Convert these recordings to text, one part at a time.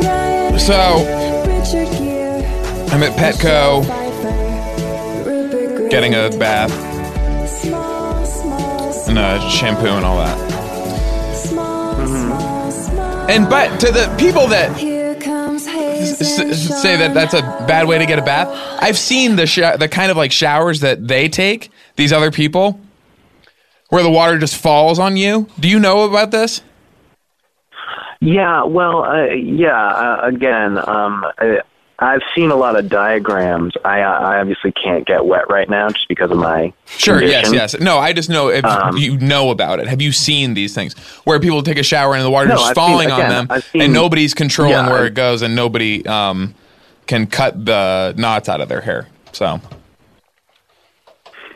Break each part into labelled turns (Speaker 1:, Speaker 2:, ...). Speaker 1: So I'm at Petco getting a bath and a shampoo and all that. And but to the people that s- s- say that that's a bad way to get a bath, I've seen the sho the kind of like showers that they take. These other people, where the water just falls on you. Do you know about this?
Speaker 2: Yeah, well, uh, yeah. Uh, again, um, I, I've seen a lot of diagrams. I, uh, I obviously can't get wet right now just because of my
Speaker 1: Sure. Yes.
Speaker 2: condition. Um,
Speaker 1: Yes. No. I just know if you know about it. Have you seen these things where people take a shower and the water
Speaker 2: No,
Speaker 1: just
Speaker 2: I've
Speaker 1: falling
Speaker 2: seen- again,
Speaker 1: on them
Speaker 2: I've seen-
Speaker 1: and nobody's controlling
Speaker 2: Yeah,
Speaker 1: where
Speaker 2: I-
Speaker 1: it goes and nobody um, can cut the knots out of their hair. So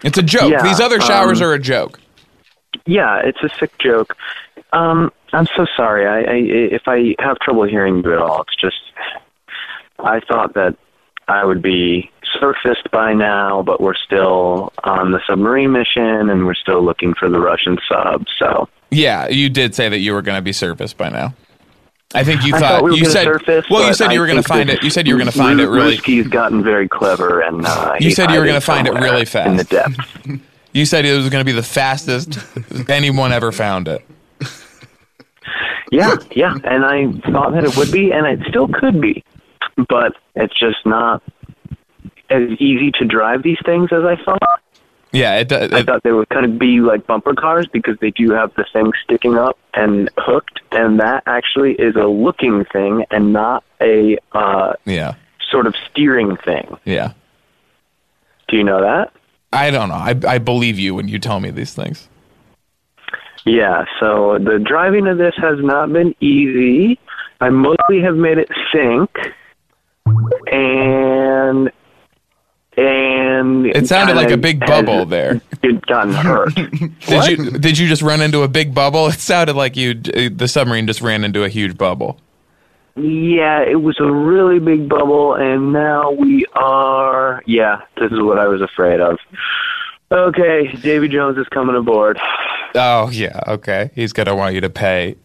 Speaker 1: it's a joke.
Speaker 2: Yeah,
Speaker 1: these other showers
Speaker 2: um,
Speaker 1: are a joke.
Speaker 2: Yeah, it's a sick joke. Um, I'm so sorry. I, I if I have trouble hearing you at all, it's just I thought that I would be surfaced by now, but we're still on the submarine mission and we're still looking for the Russian sub. So
Speaker 1: Yeah, you did say that you were going to be surfaced by now. I think you
Speaker 2: I
Speaker 1: thought,
Speaker 2: thought we were
Speaker 1: you
Speaker 2: gonna
Speaker 1: said
Speaker 2: surface.
Speaker 1: well. You
Speaker 2: but
Speaker 1: said
Speaker 2: I
Speaker 1: you were going to
Speaker 2: think
Speaker 1: find
Speaker 2: that
Speaker 1: it. You said you were going to find it really.
Speaker 2: Ruski's gotten very clever, and uh,
Speaker 1: You
Speaker 2: he's
Speaker 1: said you were gonna find
Speaker 2: hiding
Speaker 1: it
Speaker 2: somewhere
Speaker 1: really
Speaker 2: in the
Speaker 1: fast.
Speaker 2: depths.
Speaker 1: You said it was going to be the fastest anyone ever found it.
Speaker 2: Yeah, yeah, and I thought that it would be, and it still could be, but it's just not as easy to drive these things as I thought.
Speaker 1: Yeah, it, it,
Speaker 2: I thought they would kind of be like bumper cars because they do have the thing sticking up and hooked, and that actually is a looking thing and not a uh,
Speaker 1: yeah,
Speaker 2: sort of steering thing.
Speaker 1: yeah.
Speaker 2: Do you know that?
Speaker 1: I don't know. I, I believe you when you tell me these things.
Speaker 2: Yeah, so the driving of this has not been easy. I mostly have made it sink and and
Speaker 1: It sounded like a big
Speaker 2: has-
Speaker 1: bubble there.
Speaker 2: It gotten hurt.
Speaker 1: Did you did you just run into a big bubble? It sounded like you the submarine just ran into a huge bubble.
Speaker 2: yeah, it was a really big bubble and now we are yeah, this is what I was afraid of. Okay, Davy Jones is coming aboard.
Speaker 1: Oh yeah, okay. He's gonna want you to pay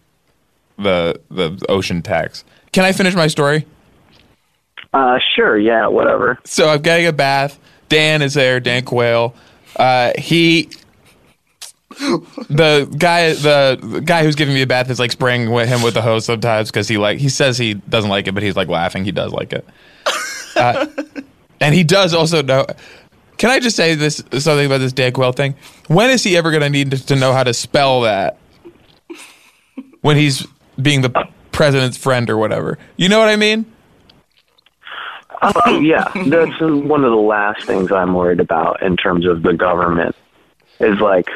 Speaker 1: the the ocean tax. Can I finish my story?
Speaker 2: Uh sure, yeah, whatever.
Speaker 1: So I'm getting a bath. Dan is there. Dan Quayle. Uh, he, the guy, the, the guy who's giving me a bath is like spraying with him with the hose sometimes because he like he says he doesn't like it, but he's like laughing. He does like it, Uh, and he does also know. Can I just say this something about this Dan Quayle thing? When is he ever going to need to know how to spell that? When he's being the president's friend or whatever, you know what I mean?
Speaker 2: Oh, yeah, that's one of the last things I'm worried about in terms of the government. Is like,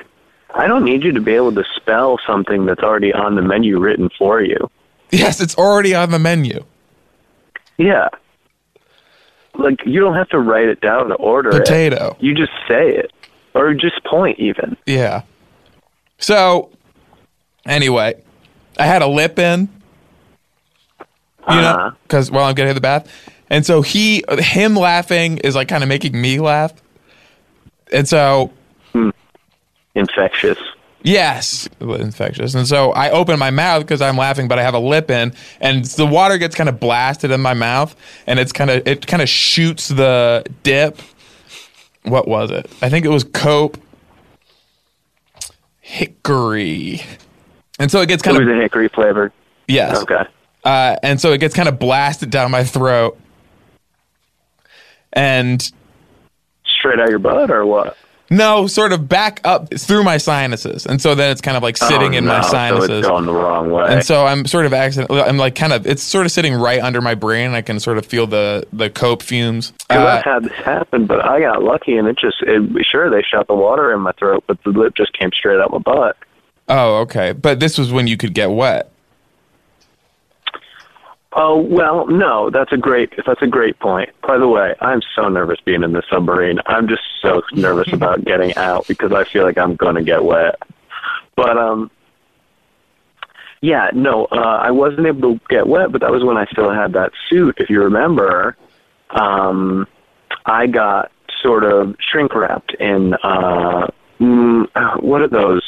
Speaker 2: I don't need you to be able to spell something that's already on the menu written for you.
Speaker 1: Yes, it's already on the menu.
Speaker 2: Yeah, like you don't have to write it down to order it.
Speaker 1: Potato.
Speaker 2: You just say it, or just point even.
Speaker 1: Yeah. So, anyway, I had a lip in, you know,
Speaker 2: Uh-huh.
Speaker 1: because while I'm getting in the bath, and so he, him laughing is like kind of making me laugh, and so
Speaker 2: Infectious.
Speaker 1: yes, it was infectious, and so I open my mouth because I'm laughing, but I have a lip in, and the water gets kind of blasted in my mouth, and it's kind of it kind of shoots the dip. What was it? I think it was cope hickory. And so it gets
Speaker 2: It
Speaker 1: kind of
Speaker 2: was a hickory flavored.
Speaker 1: Yes.
Speaker 2: Okay.
Speaker 1: Uh, and so it gets kind of blasted down my throat. And
Speaker 2: Straight out your butt, or what?
Speaker 1: no, sort of back up through my sinuses. And so then it's kind of like sitting
Speaker 2: Oh,
Speaker 1: in my
Speaker 2: no,
Speaker 1: sinuses.
Speaker 2: So it's going the wrong way.
Speaker 1: and so I'm sort of accident. I'm like kind of. It's sort of sitting right under my brain. I can sort of feel the the cope fumes.
Speaker 2: Because
Speaker 1: Uh,
Speaker 2: I've had this happen, but I got lucky, and it just it, sure they shot the water in my throat, but the lip just came straight out my butt.
Speaker 1: oh, okay. But this was when you could get wet.
Speaker 2: Oh well, no, that's a great that's a great point. By the way, I'm so nervous being in the submarine. I'm just so nervous about getting out because I feel like I'm going to get wet. But um, yeah, no, uh, I wasn't able to get wet, but that was when I still had that suit. If you remember, um, I got sort of shrink wrapped in uh, mm, what are those?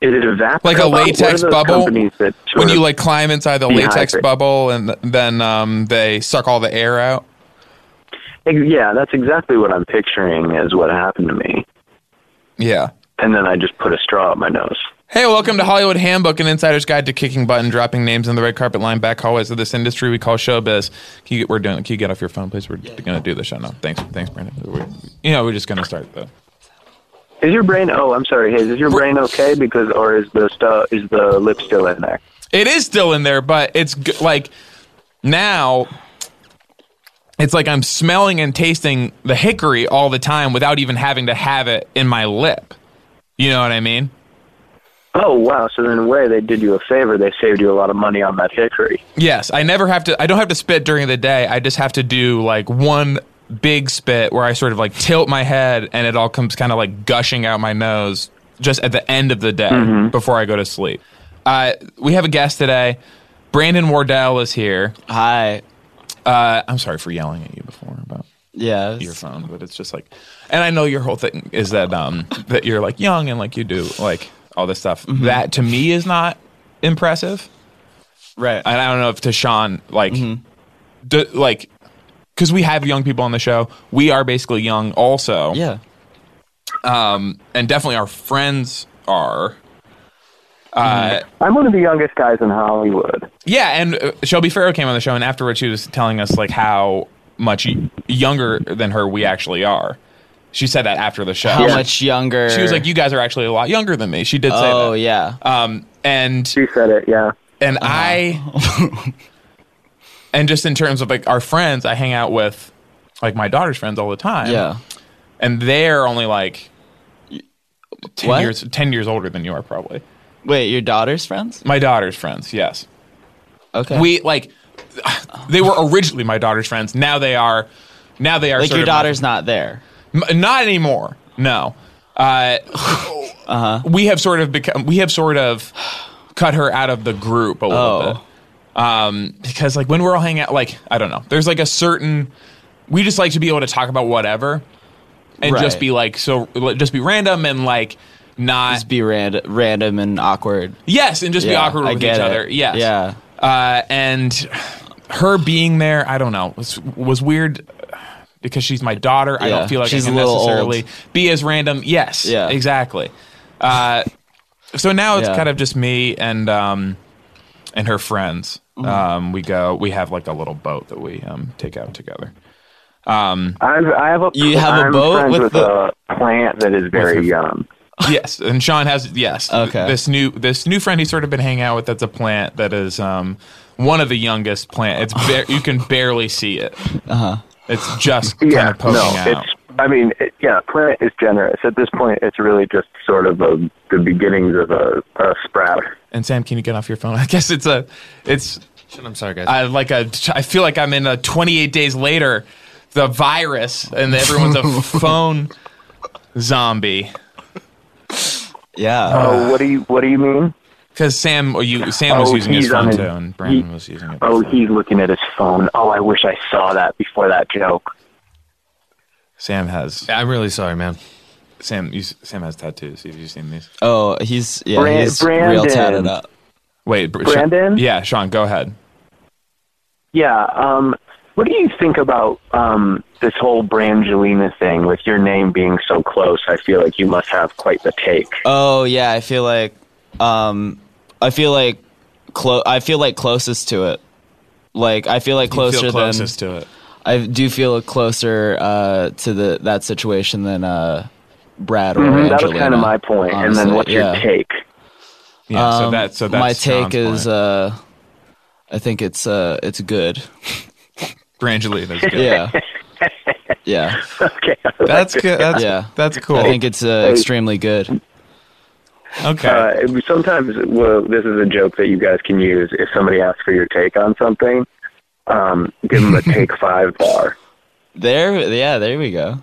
Speaker 2: Is it a vac?
Speaker 1: Like a
Speaker 2: cover? What are
Speaker 1: latex
Speaker 2: those
Speaker 1: bubble?
Speaker 2: companies that sort
Speaker 1: when you
Speaker 2: of-
Speaker 1: like climb inside the latex
Speaker 2: Dehydrate.
Speaker 1: bubble and th- then um, they suck all the air out.
Speaker 2: Yeah, that's exactly what I'm picturing is what happened to me.
Speaker 1: Yeah.
Speaker 2: And then I just put a straw up my nose.
Speaker 1: Hey, welcome to Hollywood Handbook, an insider's guide to kicking butt and dropping names on the red carpet line back hallways of this industry we call showbiz. Can you get, we're doing, can you get off your phone, please? We're going to do the show now. Thanks, thanks, Brandon. We're, you know, we're just going to start the.
Speaker 2: Is your brain? Oh, I'm sorry. Hayes, is your brain okay? Because or is the stu- is the lip still in there?
Speaker 1: It is still in there, but it's g- like now it's like I'm smelling and tasting the hickory all the time without even having to have it in my lip. You know what I mean?
Speaker 2: Oh wow! So in a way, they did you a favor. They saved you a lot of money on that hickory.
Speaker 1: Yes, I never have to. I don't have to spit during the day. I just have to do like one big spit where I sort of like tilt my head and it all comes kind of like gushing out my nose just at the end of the day before I go to sleep. Uh, we have a guest today. Brandon Wardell is here.
Speaker 3: Hi.
Speaker 1: Uh, I'm sorry for yelling at you before about
Speaker 3: Yes.
Speaker 1: your phone, but it's just like, and I know your whole thing is that um that you're like young and like you do like all this stuff.
Speaker 3: Mm-hmm.
Speaker 1: That to me is not impressive.
Speaker 3: Right. Mm-hmm.
Speaker 1: and I don't know if to Sean like, d- like, because we have young people on the show, we are basically young also, Um,
Speaker 3: yeah.
Speaker 1: and definitely our friends are. Uh,
Speaker 3: Mm-hmm.
Speaker 2: I'm one of the youngest guys in Hollywood.
Speaker 1: yeah, and uh, Shelby Farrow came on the show, and afterwards she was telling us like how much y- younger than her we actually are. She said that after the show.
Speaker 3: How much younger?
Speaker 1: She was like, "You guys are actually a lot younger than me." She did say
Speaker 3: Oh
Speaker 1: that.
Speaker 3: yeah. Uh-huh.
Speaker 1: Um, and
Speaker 2: She said it. Yeah.
Speaker 1: and I and just in terms of like our friends, I hang out with like my daughter's friends all the time.
Speaker 3: yeah.
Speaker 1: and they're only like ten
Speaker 3: What?
Speaker 1: years ten years older than you are probably.
Speaker 3: Wait, your daughter's friends?
Speaker 1: My daughter's friends, yes.
Speaker 3: Okay.
Speaker 1: We like they were originally my daughter's friends. Now they are. Now they are
Speaker 3: like
Speaker 1: sort
Speaker 3: your
Speaker 1: of my-
Speaker 3: daughter's not there.
Speaker 1: M- not anymore. No. Uh,
Speaker 3: Uh-huh.
Speaker 1: We have sort of become. We have sort of cut her out of the group a little
Speaker 3: Oh.
Speaker 1: bit. Um, because like when we're all hanging out, like I don't know, there's like a certain. We just like to be able to talk about whatever, and just
Speaker 3: Right.
Speaker 1: be like so, just be random and like not
Speaker 3: Just be rand- random and awkward.
Speaker 1: yes, and just be
Speaker 3: Yeah,
Speaker 1: awkward
Speaker 3: I
Speaker 1: with each
Speaker 3: get it.
Speaker 1: other. Yes,
Speaker 3: Yeah.
Speaker 1: uh, and her being there, I don't know, was was weird because she's my daughter. I
Speaker 3: Yeah,
Speaker 1: don't feel like
Speaker 3: she's
Speaker 1: I
Speaker 3: a
Speaker 1: can
Speaker 3: little
Speaker 1: necessarily
Speaker 3: old.
Speaker 1: be as random. Yes,
Speaker 3: Yeah.
Speaker 1: exactly. Uh, so now it's
Speaker 3: Yeah.
Speaker 1: kind of just me and um, and her friends.
Speaker 3: Mm-hmm.
Speaker 1: Um, we go. We have like a little boat that we um, take out together.
Speaker 2: I've, I have a.
Speaker 3: You have a
Speaker 2: I'm
Speaker 3: boat
Speaker 2: friends
Speaker 3: with
Speaker 2: with
Speaker 3: the-
Speaker 2: a plant that is very young.
Speaker 1: yes, and Sean has yes. th-
Speaker 3: Okay.
Speaker 1: This new this new friend he's sort of been hanging out with. That's a plant that is um one of the youngest plant. It's ba- you can barely see it. Uh huh. It's just kind
Speaker 2: Yeah.
Speaker 1: of poking
Speaker 2: no,
Speaker 1: out.
Speaker 2: it's. I mean, it, yeah, plant is generous. At this point, it's really just sort of a, the beginnings of a, a sprout.
Speaker 1: And Sam, can you get off your phone? I guess it's a it's
Speaker 4: I'm sorry, guys.
Speaker 1: I like a I feel like I'm in a 28 days later, the virus and everyone's a phone zombie.
Speaker 3: Yeah.
Speaker 2: Oh, what do you what do you mean?
Speaker 1: Because Sam, you Sam was
Speaker 2: Oh,
Speaker 1: using his
Speaker 2: he's on
Speaker 1: phone
Speaker 2: his-
Speaker 1: too, and Brandon
Speaker 2: he-
Speaker 1: was using it.
Speaker 2: Oh, he's looking at his phone. Oh, I wish I saw that before that joke.
Speaker 1: Sam has
Speaker 4: I'm really sorry, man.
Speaker 1: Sam. You, Sam has tattoos. Have you seen these?
Speaker 3: oh, he's yeah.
Speaker 2: Bran-
Speaker 3: he's real
Speaker 2: Brandon.
Speaker 3: tatted up.
Speaker 1: Wait, Br-
Speaker 2: Brandon?
Speaker 1: Sean, yeah, Sean, go ahead.
Speaker 2: Yeah. Um, what do you think about um, this whole Brangelina thing with your name being so close? I feel like you must have quite the take.
Speaker 3: Oh yeah. I feel like, um, I feel like, clo- I feel like closest to it. Like I feel like
Speaker 1: You
Speaker 3: closer
Speaker 1: feel
Speaker 3: than
Speaker 1: closest to it.
Speaker 3: I do feel closer uh, to the that situation than uh, Brad or Angelina.
Speaker 2: Mm-hmm, that was kind of my point. and then
Speaker 3: Mm-hmm. honestly,
Speaker 2: what's
Speaker 3: yeah.
Speaker 2: your take?
Speaker 1: Yeah, so
Speaker 3: Um,
Speaker 1: that's so that's
Speaker 3: my take
Speaker 1: Sean's
Speaker 3: is
Speaker 1: point.
Speaker 3: uh, I think it's uh, it's good.
Speaker 1: Brangelina's good.
Speaker 3: uh, Yeah, yeah,
Speaker 2: Okay.
Speaker 1: That's good. That's,
Speaker 3: Yeah.
Speaker 1: that's cool.
Speaker 3: I think it's uh, extremely good.
Speaker 1: Okay.
Speaker 2: Uh, it- sometimes, well, this is a joke that you guys can use if somebody asks for your take on something. Um, give them a take five bar.
Speaker 3: There, yeah, there we go.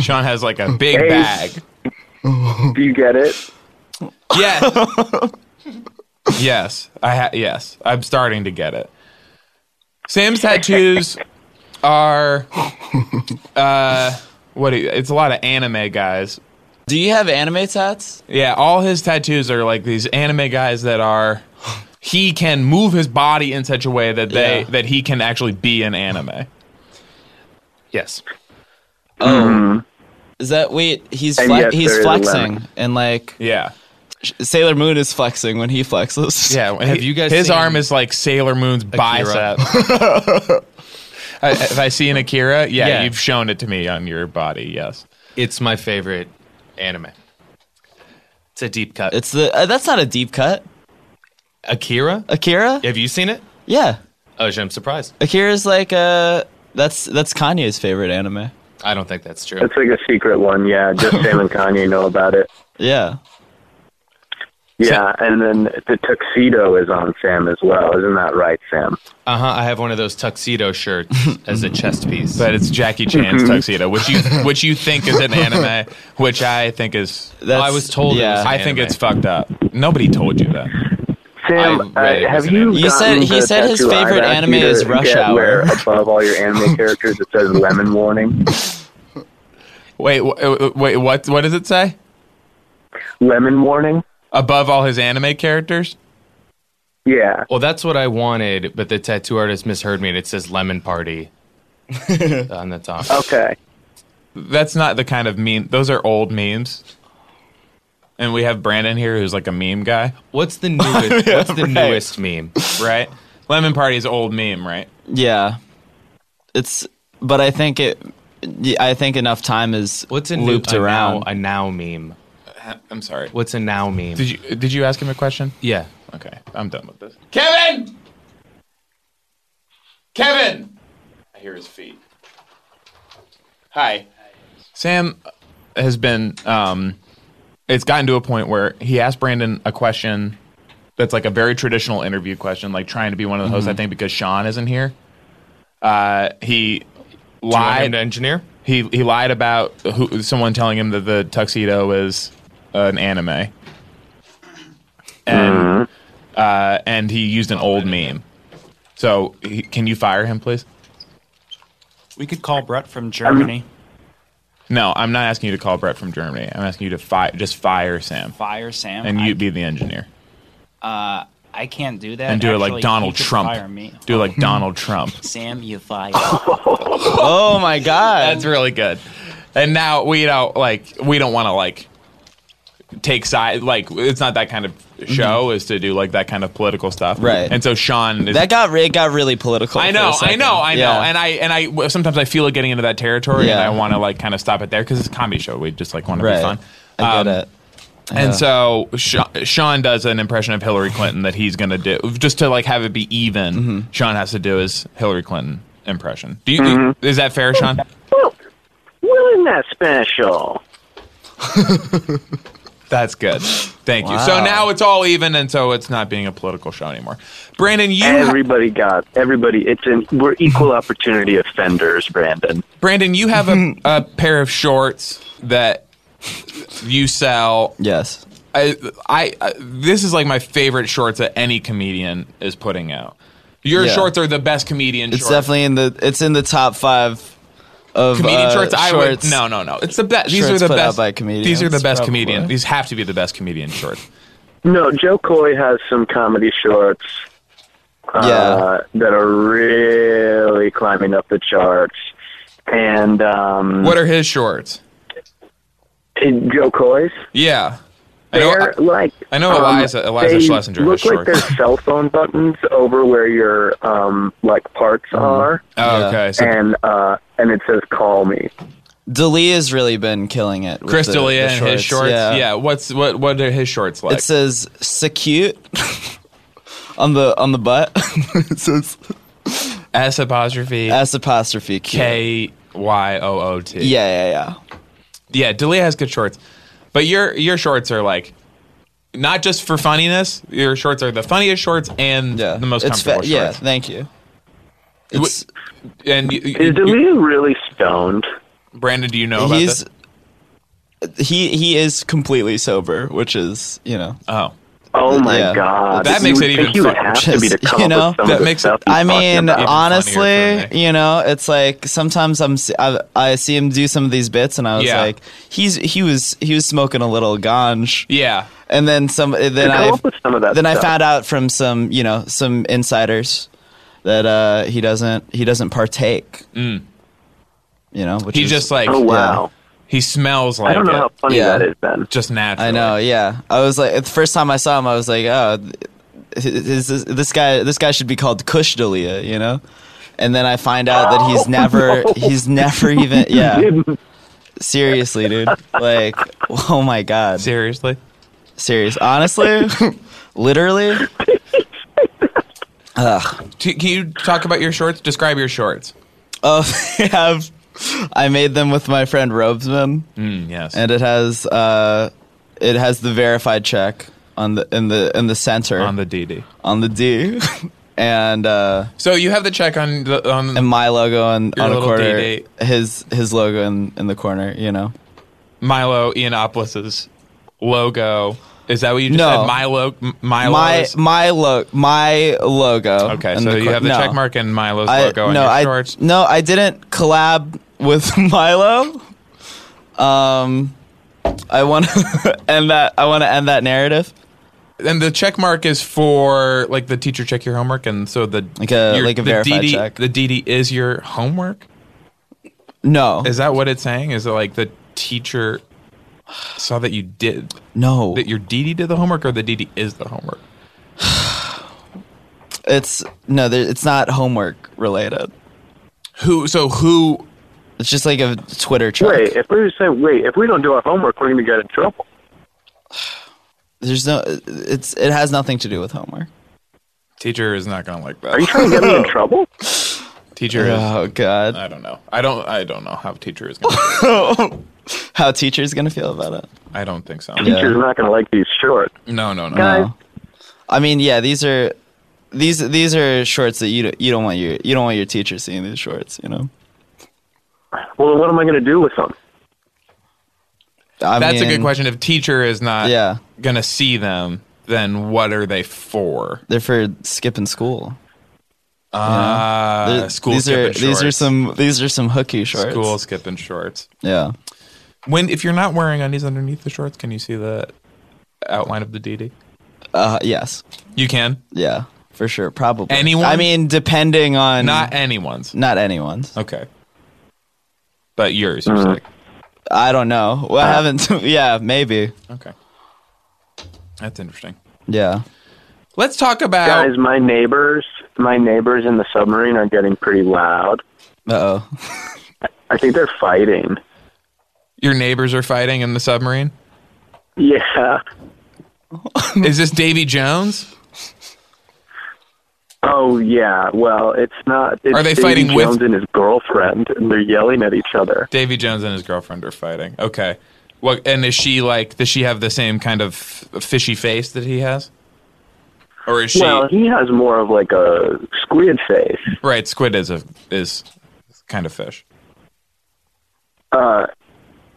Speaker 1: Sean has like a big
Speaker 2: Hey.
Speaker 1: bag.
Speaker 2: Do you get it?
Speaker 1: Yes. yes. I ha- yes. I'm starting to get it. Sam's tattoos are uh what do you, it's a lot of anime guys.
Speaker 3: Do you have anime tats?
Speaker 1: Yeah, all his tattoos are like these anime guys that are he can move his body in such a way that they
Speaker 3: Yeah.
Speaker 1: that he can actually be an anime.
Speaker 4: Yes.
Speaker 3: Is that wait? He's
Speaker 2: And
Speaker 3: fle-
Speaker 2: yes,
Speaker 3: he's
Speaker 2: there is a
Speaker 3: flexing,
Speaker 2: lemon.
Speaker 3: and like
Speaker 1: Yeah.
Speaker 3: Sailor Moon is flexing when he flexes.
Speaker 1: Yeah, when
Speaker 4: Have
Speaker 1: he-
Speaker 4: you guys
Speaker 1: His
Speaker 4: seen
Speaker 1: arm is like Sailor Moon's
Speaker 4: Akira?
Speaker 1: bicep. I, if I see an Akira, yeah,
Speaker 4: Yeah.
Speaker 1: you've shown it to me on your body. Yes,
Speaker 4: It's my favorite anime. It's a deep cut.
Speaker 3: it's the uh, that's not a deep cut.
Speaker 4: Akira?
Speaker 3: Akira?
Speaker 4: Have you seen it?
Speaker 3: Yeah,
Speaker 4: Oh, I'm surprised.
Speaker 3: Akira's like uh, that's that's Kanye's favorite anime.
Speaker 4: I don't think that's true.
Speaker 2: It's like a secret one. Yeah, just Sam and Kanye know about it.
Speaker 3: Yeah,
Speaker 2: Yeah, and then the tuxedo is on Sam as well. Isn't that right, Sam?
Speaker 4: Uh huh. I have one of those tuxedo shirts as a chest piece.
Speaker 1: but it's Jackie Chan's tuxedo, which you which you think is an anime, which I think is
Speaker 3: that's,
Speaker 4: I was told it
Speaker 3: Yeah,
Speaker 4: was
Speaker 1: I
Speaker 4: an
Speaker 1: think
Speaker 4: anime.
Speaker 1: it's fucked up. Nobody told you that.
Speaker 2: Sam,
Speaker 4: I read it
Speaker 2: uh, have
Speaker 4: was an
Speaker 2: you?
Speaker 4: anime.
Speaker 3: You said-
Speaker 2: gotten
Speaker 3: he
Speaker 2: the
Speaker 3: said his
Speaker 2: tattoo I've
Speaker 3: favorite
Speaker 2: asked
Speaker 3: anime
Speaker 2: you to
Speaker 3: is Rush
Speaker 2: get
Speaker 3: Hour.
Speaker 2: Where above all your anime characters it says lemon warning.
Speaker 1: Wait, wh- wait, what what does it say?
Speaker 2: Lemon warning.
Speaker 1: Above all his anime characters,
Speaker 2: Yeah.
Speaker 4: Well, that's what I wanted, but the tattoo artist misheard me, and it says "Lemon Party" on the top.
Speaker 2: Okay.
Speaker 1: that's not the kind of meme. Those are old memes. And we have Brandon here, who's like a meme guy,
Speaker 4: What's the newest? what's the newest meme?
Speaker 1: right? Lemon Party is old meme, right?
Speaker 3: yeah. It's but I think it. yeah, I think enough time is
Speaker 4: What's a new-
Speaker 3: looped
Speaker 4: a
Speaker 3: around.
Speaker 4: now, a now meme?
Speaker 1: I'm sorry.
Speaker 4: What's a now meme?
Speaker 1: Did you did you ask him a question?
Speaker 4: yeah.
Speaker 1: Okay, I'm done with this. Kevin! Kevin! I hear his feet. Hi. Sam has been um it's gotten to a point where he asked Brandon a question that's like a very traditional interview question, like trying to be one of the hosts, I think, because Sean isn't here. Uh he
Speaker 4: Do you want him
Speaker 1: lied
Speaker 4: to engineer?
Speaker 1: he he lied about who, someone telling him that the tuxedo is an anime, and uh, and he used an old meme. So he, can you fire him, please?
Speaker 5: We could call Brett from Germany.
Speaker 1: No, I'm not asking you to call Brett from Germany. I'm asking you to fire just fire Sam,
Speaker 5: Fire Sam.
Speaker 1: and
Speaker 5: I-
Speaker 1: you'd be the engineer
Speaker 5: I, can't do that.
Speaker 1: and do it
Speaker 5: Actually,
Speaker 1: like Donald
Speaker 5: he could
Speaker 1: Trump.
Speaker 5: Fire me.
Speaker 1: Do it like Donald Trump.
Speaker 5: Sam, you fire.
Speaker 3: oh my god!
Speaker 1: That's really good. And now we don't like we don't want to like take side like it's not that kind of show is to do like that kind of political stuff.
Speaker 3: Mm-hmm. Right.
Speaker 1: And so Sean is
Speaker 3: that got re- it got really political.
Speaker 1: I
Speaker 3: for
Speaker 1: know,
Speaker 3: a
Speaker 1: I
Speaker 3: second.
Speaker 1: know, I know,
Speaker 3: Yeah.
Speaker 1: and I and I w- sometimes I feel like getting into that territory, and
Speaker 3: Yeah.
Speaker 1: I want to like kind of stop it there because it's a comedy show. We just like want to be
Speaker 3: right.
Speaker 1: fun,
Speaker 3: I get
Speaker 1: Um,
Speaker 3: it. Yeah.
Speaker 1: and so Sha- Sean does an impression of Hillary Clinton that he's gonna do just to like have it be even.
Speaker 3: Mm-hmm.
Speaker 1: Sean has to do his Hillary Clinton impression. Do you, is that fair, Sean?
Speaker 2: Well, well, isn't that special?
Speaker 1: That's good. Thank you. So
Speaker 3: Wow.
Speaker 1: now it's all even, and so it's not being a political show anymore. Brandon, you Mm-hmm.
Speaker 2: Everybody got everybody. It's in. We're equal opportunity offenders, Brandon.
Speaker 1: Brandon, you have a, a pair of shorts that you sell.
Speaker 3: Yes.
Speaker 1: I, I, I this is like my favorite shorts that any comedian is putting out. Your
Speaker 3: Yeah.
Speaker 1: shorts are the best comedian.
Speaker 3: It's
Speaker 1: shorts.
Speaker 3: definitely in the it's in the top five of
Speaker 1: comedian
Speaker 3: uh,
Speaker 1: shorts. I would
Speaker 3: shorts.
Speaker 1: no, no, no. It's the best. These are
Speaker 3: shorts
Speaker 1: the
Speaker 3: put out
Speaker 1: best
Speaker 3: by comedians,
Speaker 1: These are the best
Speaker 3: probably.
Speaker 1: comedian. These have to be the best comedian shorts.
Speaker 2: No, Joe Coy has some comedy shorts.
Speaker 3: Yeah.
Speaker 2: Uh, that are really climbing up the charts. And um,
Speaker 1: What are his shorts?
Speaker 2: in Joe Coy's?
Speaker 1: Yeah, I know-
Speaker 2: They're like um,
Speaker 1: I know Eliza- Eliza
Speaker 2: they
Speaker 1: Schlesinger has
Speaker 2: Look like
Speaker 1: shorts.
Speaker 2: there's cell phone buttons over where your um like parts are,
Speaker 1: oh, okay. So
Speaker 2: and uh and it says call me.
Speaker 3: Dalia has really been killing it. with
Speaker 1: Chris
Speaker 3: the-
Speaker 1: D'Elia
Speaker 3: the
Speaker 1: and his shorts. Yeah. What's what? What are his shorts like?
Speaker 3: It says "secute" on the on the butt. it says
Speaker 1: S apostrophe
Speaker 3: S apostrophe Q.
Speaker 1: K Y O O T.
Speaker 3: Yeah, yeah, yeah.
Speaker 1: Yeah. Dalia has good shorts, but your your shorts are like not just for funniness. Your shorts are the funniest shorts and
Speaker 3: Yeah,
Speaker 1: the most
Speaker 3: it's
Speaker 1: comfortable
Speaker 3: fa- Yeah,
Speaker 1: shorts.
Speaker 3: thank you. It's,
Speaker 1: and you, you-
Speaker 2: Is
Speaker 1: you-
Speaker 2: Aaliyah really stoned?
Speaker 1: Brandon, do you know oh, about
Speaker 3: he's
Speaker 1: this?
Speaker 3: he he is completely sober, which is you know
Speaker 1: Oh,
Speaker 2: Oh my
Speaker 3: Yeah.
Speaker 2: god!
Speaker 1: That makes
Speaker 2: you
Speaker 1: it
Speaker 2: would
Speaker 1: even
Speaker 2: think you would
Speaker 1: fun-
Speaker 2: have to be to
Speaker 3: just-
Speaker 2: come
Speaker 3: you know,
Speaker 2: up with some
Speaker 1: that
Speaker 2: of the
Speaker 1: makes it-
Speaker 2: stuff. he's
Speaker 3: I
Speaker 2: talking
Speaker 3: mean,
Speaker 2: about.
Speaker 3: honestly,
Speaker 1: funnier for me.
Speaker 3: you know, it's like sometimes I'm s- I, I see him do some of these bits, and I was
Speaker 1: Yeah.
Speaker 3: like, he's he was he was smoking a little ganj,
Speaker 1: yeah.
Speaker 3: and then some then
Speaker 2: come
Speaker 3: I
Speaker 2: up with some of that
Speaker 3: then I
Speaker 2: stuff.
Speaker 3: found out from some you know some insiders that uh, he doesn't he doesn't partake, you know, which
Speaker 1: Mm. He
Speaker 3: is,
Speaker 1: just like
Speaker 2: Oh wow!
Speaker 1: he smells like
Speaker 2: I don't know
Speaker 1: it,
Speaker 2: how funny
Speaker 3: Yeah.
Speaker 2: that is. Then
Speaker 1: just naturally.
Speaker 3: I know, yeah. I was like, the first time I saw him, I was like, oh, th- is this, this guy, this guy should be called Kush Dalia, you know. And then I find out that
Speaker 1: Oh,
Speaker 3: he's never, he's never even, yeah. Seriously, dude. Like, oh my god.
Speaker 1: Seriously,
Speaker 3: Serious. Honestly, literally.
Speaker 1: T- can you talk about your shorts? Describe your shorts.
Speaker 3: Oh, they have. I made them with my friend Robesman,
Speaker 1: Mm, yes.
Speaker 3: and it has, uh, it has the verified check on the in the in the center
Speaker 1: on the DD.
Speaker 3: on the D, and uh,
Speaker 1: So you have the check on the on
Speaker 3: and my logo and
Speaker 1: Your
Speaker 3: on a
Speaker 1: little
Speaker 3: quarter,
Speaker 1: D-date.
Speaker 3: his his logo in in the corner. You know,
Speaker 1: Milo Yiannopoulos' logo. Is that what you just
Speaker 3: No.
Speaker 1: said? Milo, M-
Speaker 3: my
Speaker 1: Milo's.
Speaker 3: my look my logo.
Speaker 1: okay,
Speaker 3: in
Speaker 1: so you
Speaker 3: cor-
Speaker 1: have the
Speaker 3: no.
Speaker 1: check mark and Milo's
Speaker 3: I,
Speaker 1: logo on
Speaker 3: no,
Speaker 1: your
Speaker 3: I,
Speaker 1: shorts.
Speaker 3: No, I didn't collab with Milo. Um, I want to end that. I want to end that narrative.
Speaker 1: and the check mark is for like the teacher check your homework, and so the
Speaker 3: Like a-
Speaker 1: your-
Speaker 3: like a
Speaker 1: the
Speaker 3: verified
Speaker 1: DD,
Speaker 3: check.
Speaker 1: The DD is your homework.
Speaker 3: No,
Speaker 1: Is that what it's saying? Is it like the teacher saw that you did
Speaker 3: no,
Speaker 1: that your DD did the homework, or the DD is the homework?
Speaker 3: it's no, there, it's not homework related.
Speaker 1: Who? So who?
Speaker 3: It's just like a Twitter check.
Speaker 2: wait, if we say wait, if we don't do our homework, we're gonna get in trouble.
Speaker 3: There's no. It's it has nothing to do with homework.
Speaker 1: Teacher is not gonna like
Speaker 2: Are you
Speaker 1: that.
Speaker 2: trying to get me in trouble?
Speaker 1: Teacher is.
Speaker 3: Oh God.
Speaker 1: I don't know. I don't. I don't know how teacher is. gonna
Speaker 3: how teachers gonna feel about it.
Speaker 1: I don't think so.
Speaker 3: Yeah.
Speaker 2: Teacher's not gonna like these shorts.
Speaker 1: No, no, no.
Speaker 2: Guys,
Speaker 3: I mean, yeah, these are these these are shorts that you don't- you don't want your you don't want your teacher seeing these shorts. You know,
Speaker 2: well, what am I gonna do with them?
Speaker 3: I
Speaker 1: That's a
Speaker 3: mean,
Speaker 1: good question. If teacher is not
Speaker 3: Yeah.
Speaker 1: gonna see them, then what are they for?
Speaker 3: They're for skipping school.
Speaker 1: Uh,
Speaker 3: They're-
Speaker 1: school
Speaker 3: these
Speaker 1: skipping
Speaker 3: are
Speaker 1: shorts.
Speaker 3: these are some these are some hooky shorts.
Speaker 1: school skipping shorts.
Speaker 3: Yeah.
Speaker 1: When if you're not wearing undies underneath the shorts, can you see the outline of the DD?
Speaker 3: Uh, yes.
Speaker 1: You can.
Speaker 3: Yeah. For sure. Probably.
Speaker 1: Anyone?
Speaker 3: I mean, depending on
Speaker 1: Not anyone's.
Speaker 3: not anyone's.
Speaker 1: Okay. But yours,
Speaker 3: Mm-hmm.
Speaker 1: you're sick.
Speaker 3: I don't know.
Speaker 1: Uh,
Speaker 3: Well, I haven't. yeah, maybe.
Speaker 1: Okay. That's interesting.
Speaker 3: Yeah.
Speaker 1: Let's talk about
Speaker 2: Guys, my neighbors, my neighbors in the submarine are getting pretty loud.
Speaker 3: Uh oh.
Speaker 2: I think they're fighting.
Speaker 1: your neighbors are fighting in the submarine.
Speaker 2: Yeah.
Speaker 1: Is this Davy Jones?
Speaker 2: Oh yeah. Well, it's not. It's
Speaker 1: Are they
Speaker 2: Davy
Speaker 1: fighting with-
Speaker 2: Jones and his girlfriend? And they're yelling at each other.
Speaker 1: Davy Jones and his girlfriend are fighting. Okay. What and is she like does she have the same kind of fishy face that he has? Or is she
Speaker 2: well, he has more of like a squid face.
Speaker 1: right, squid is a is kind of fish.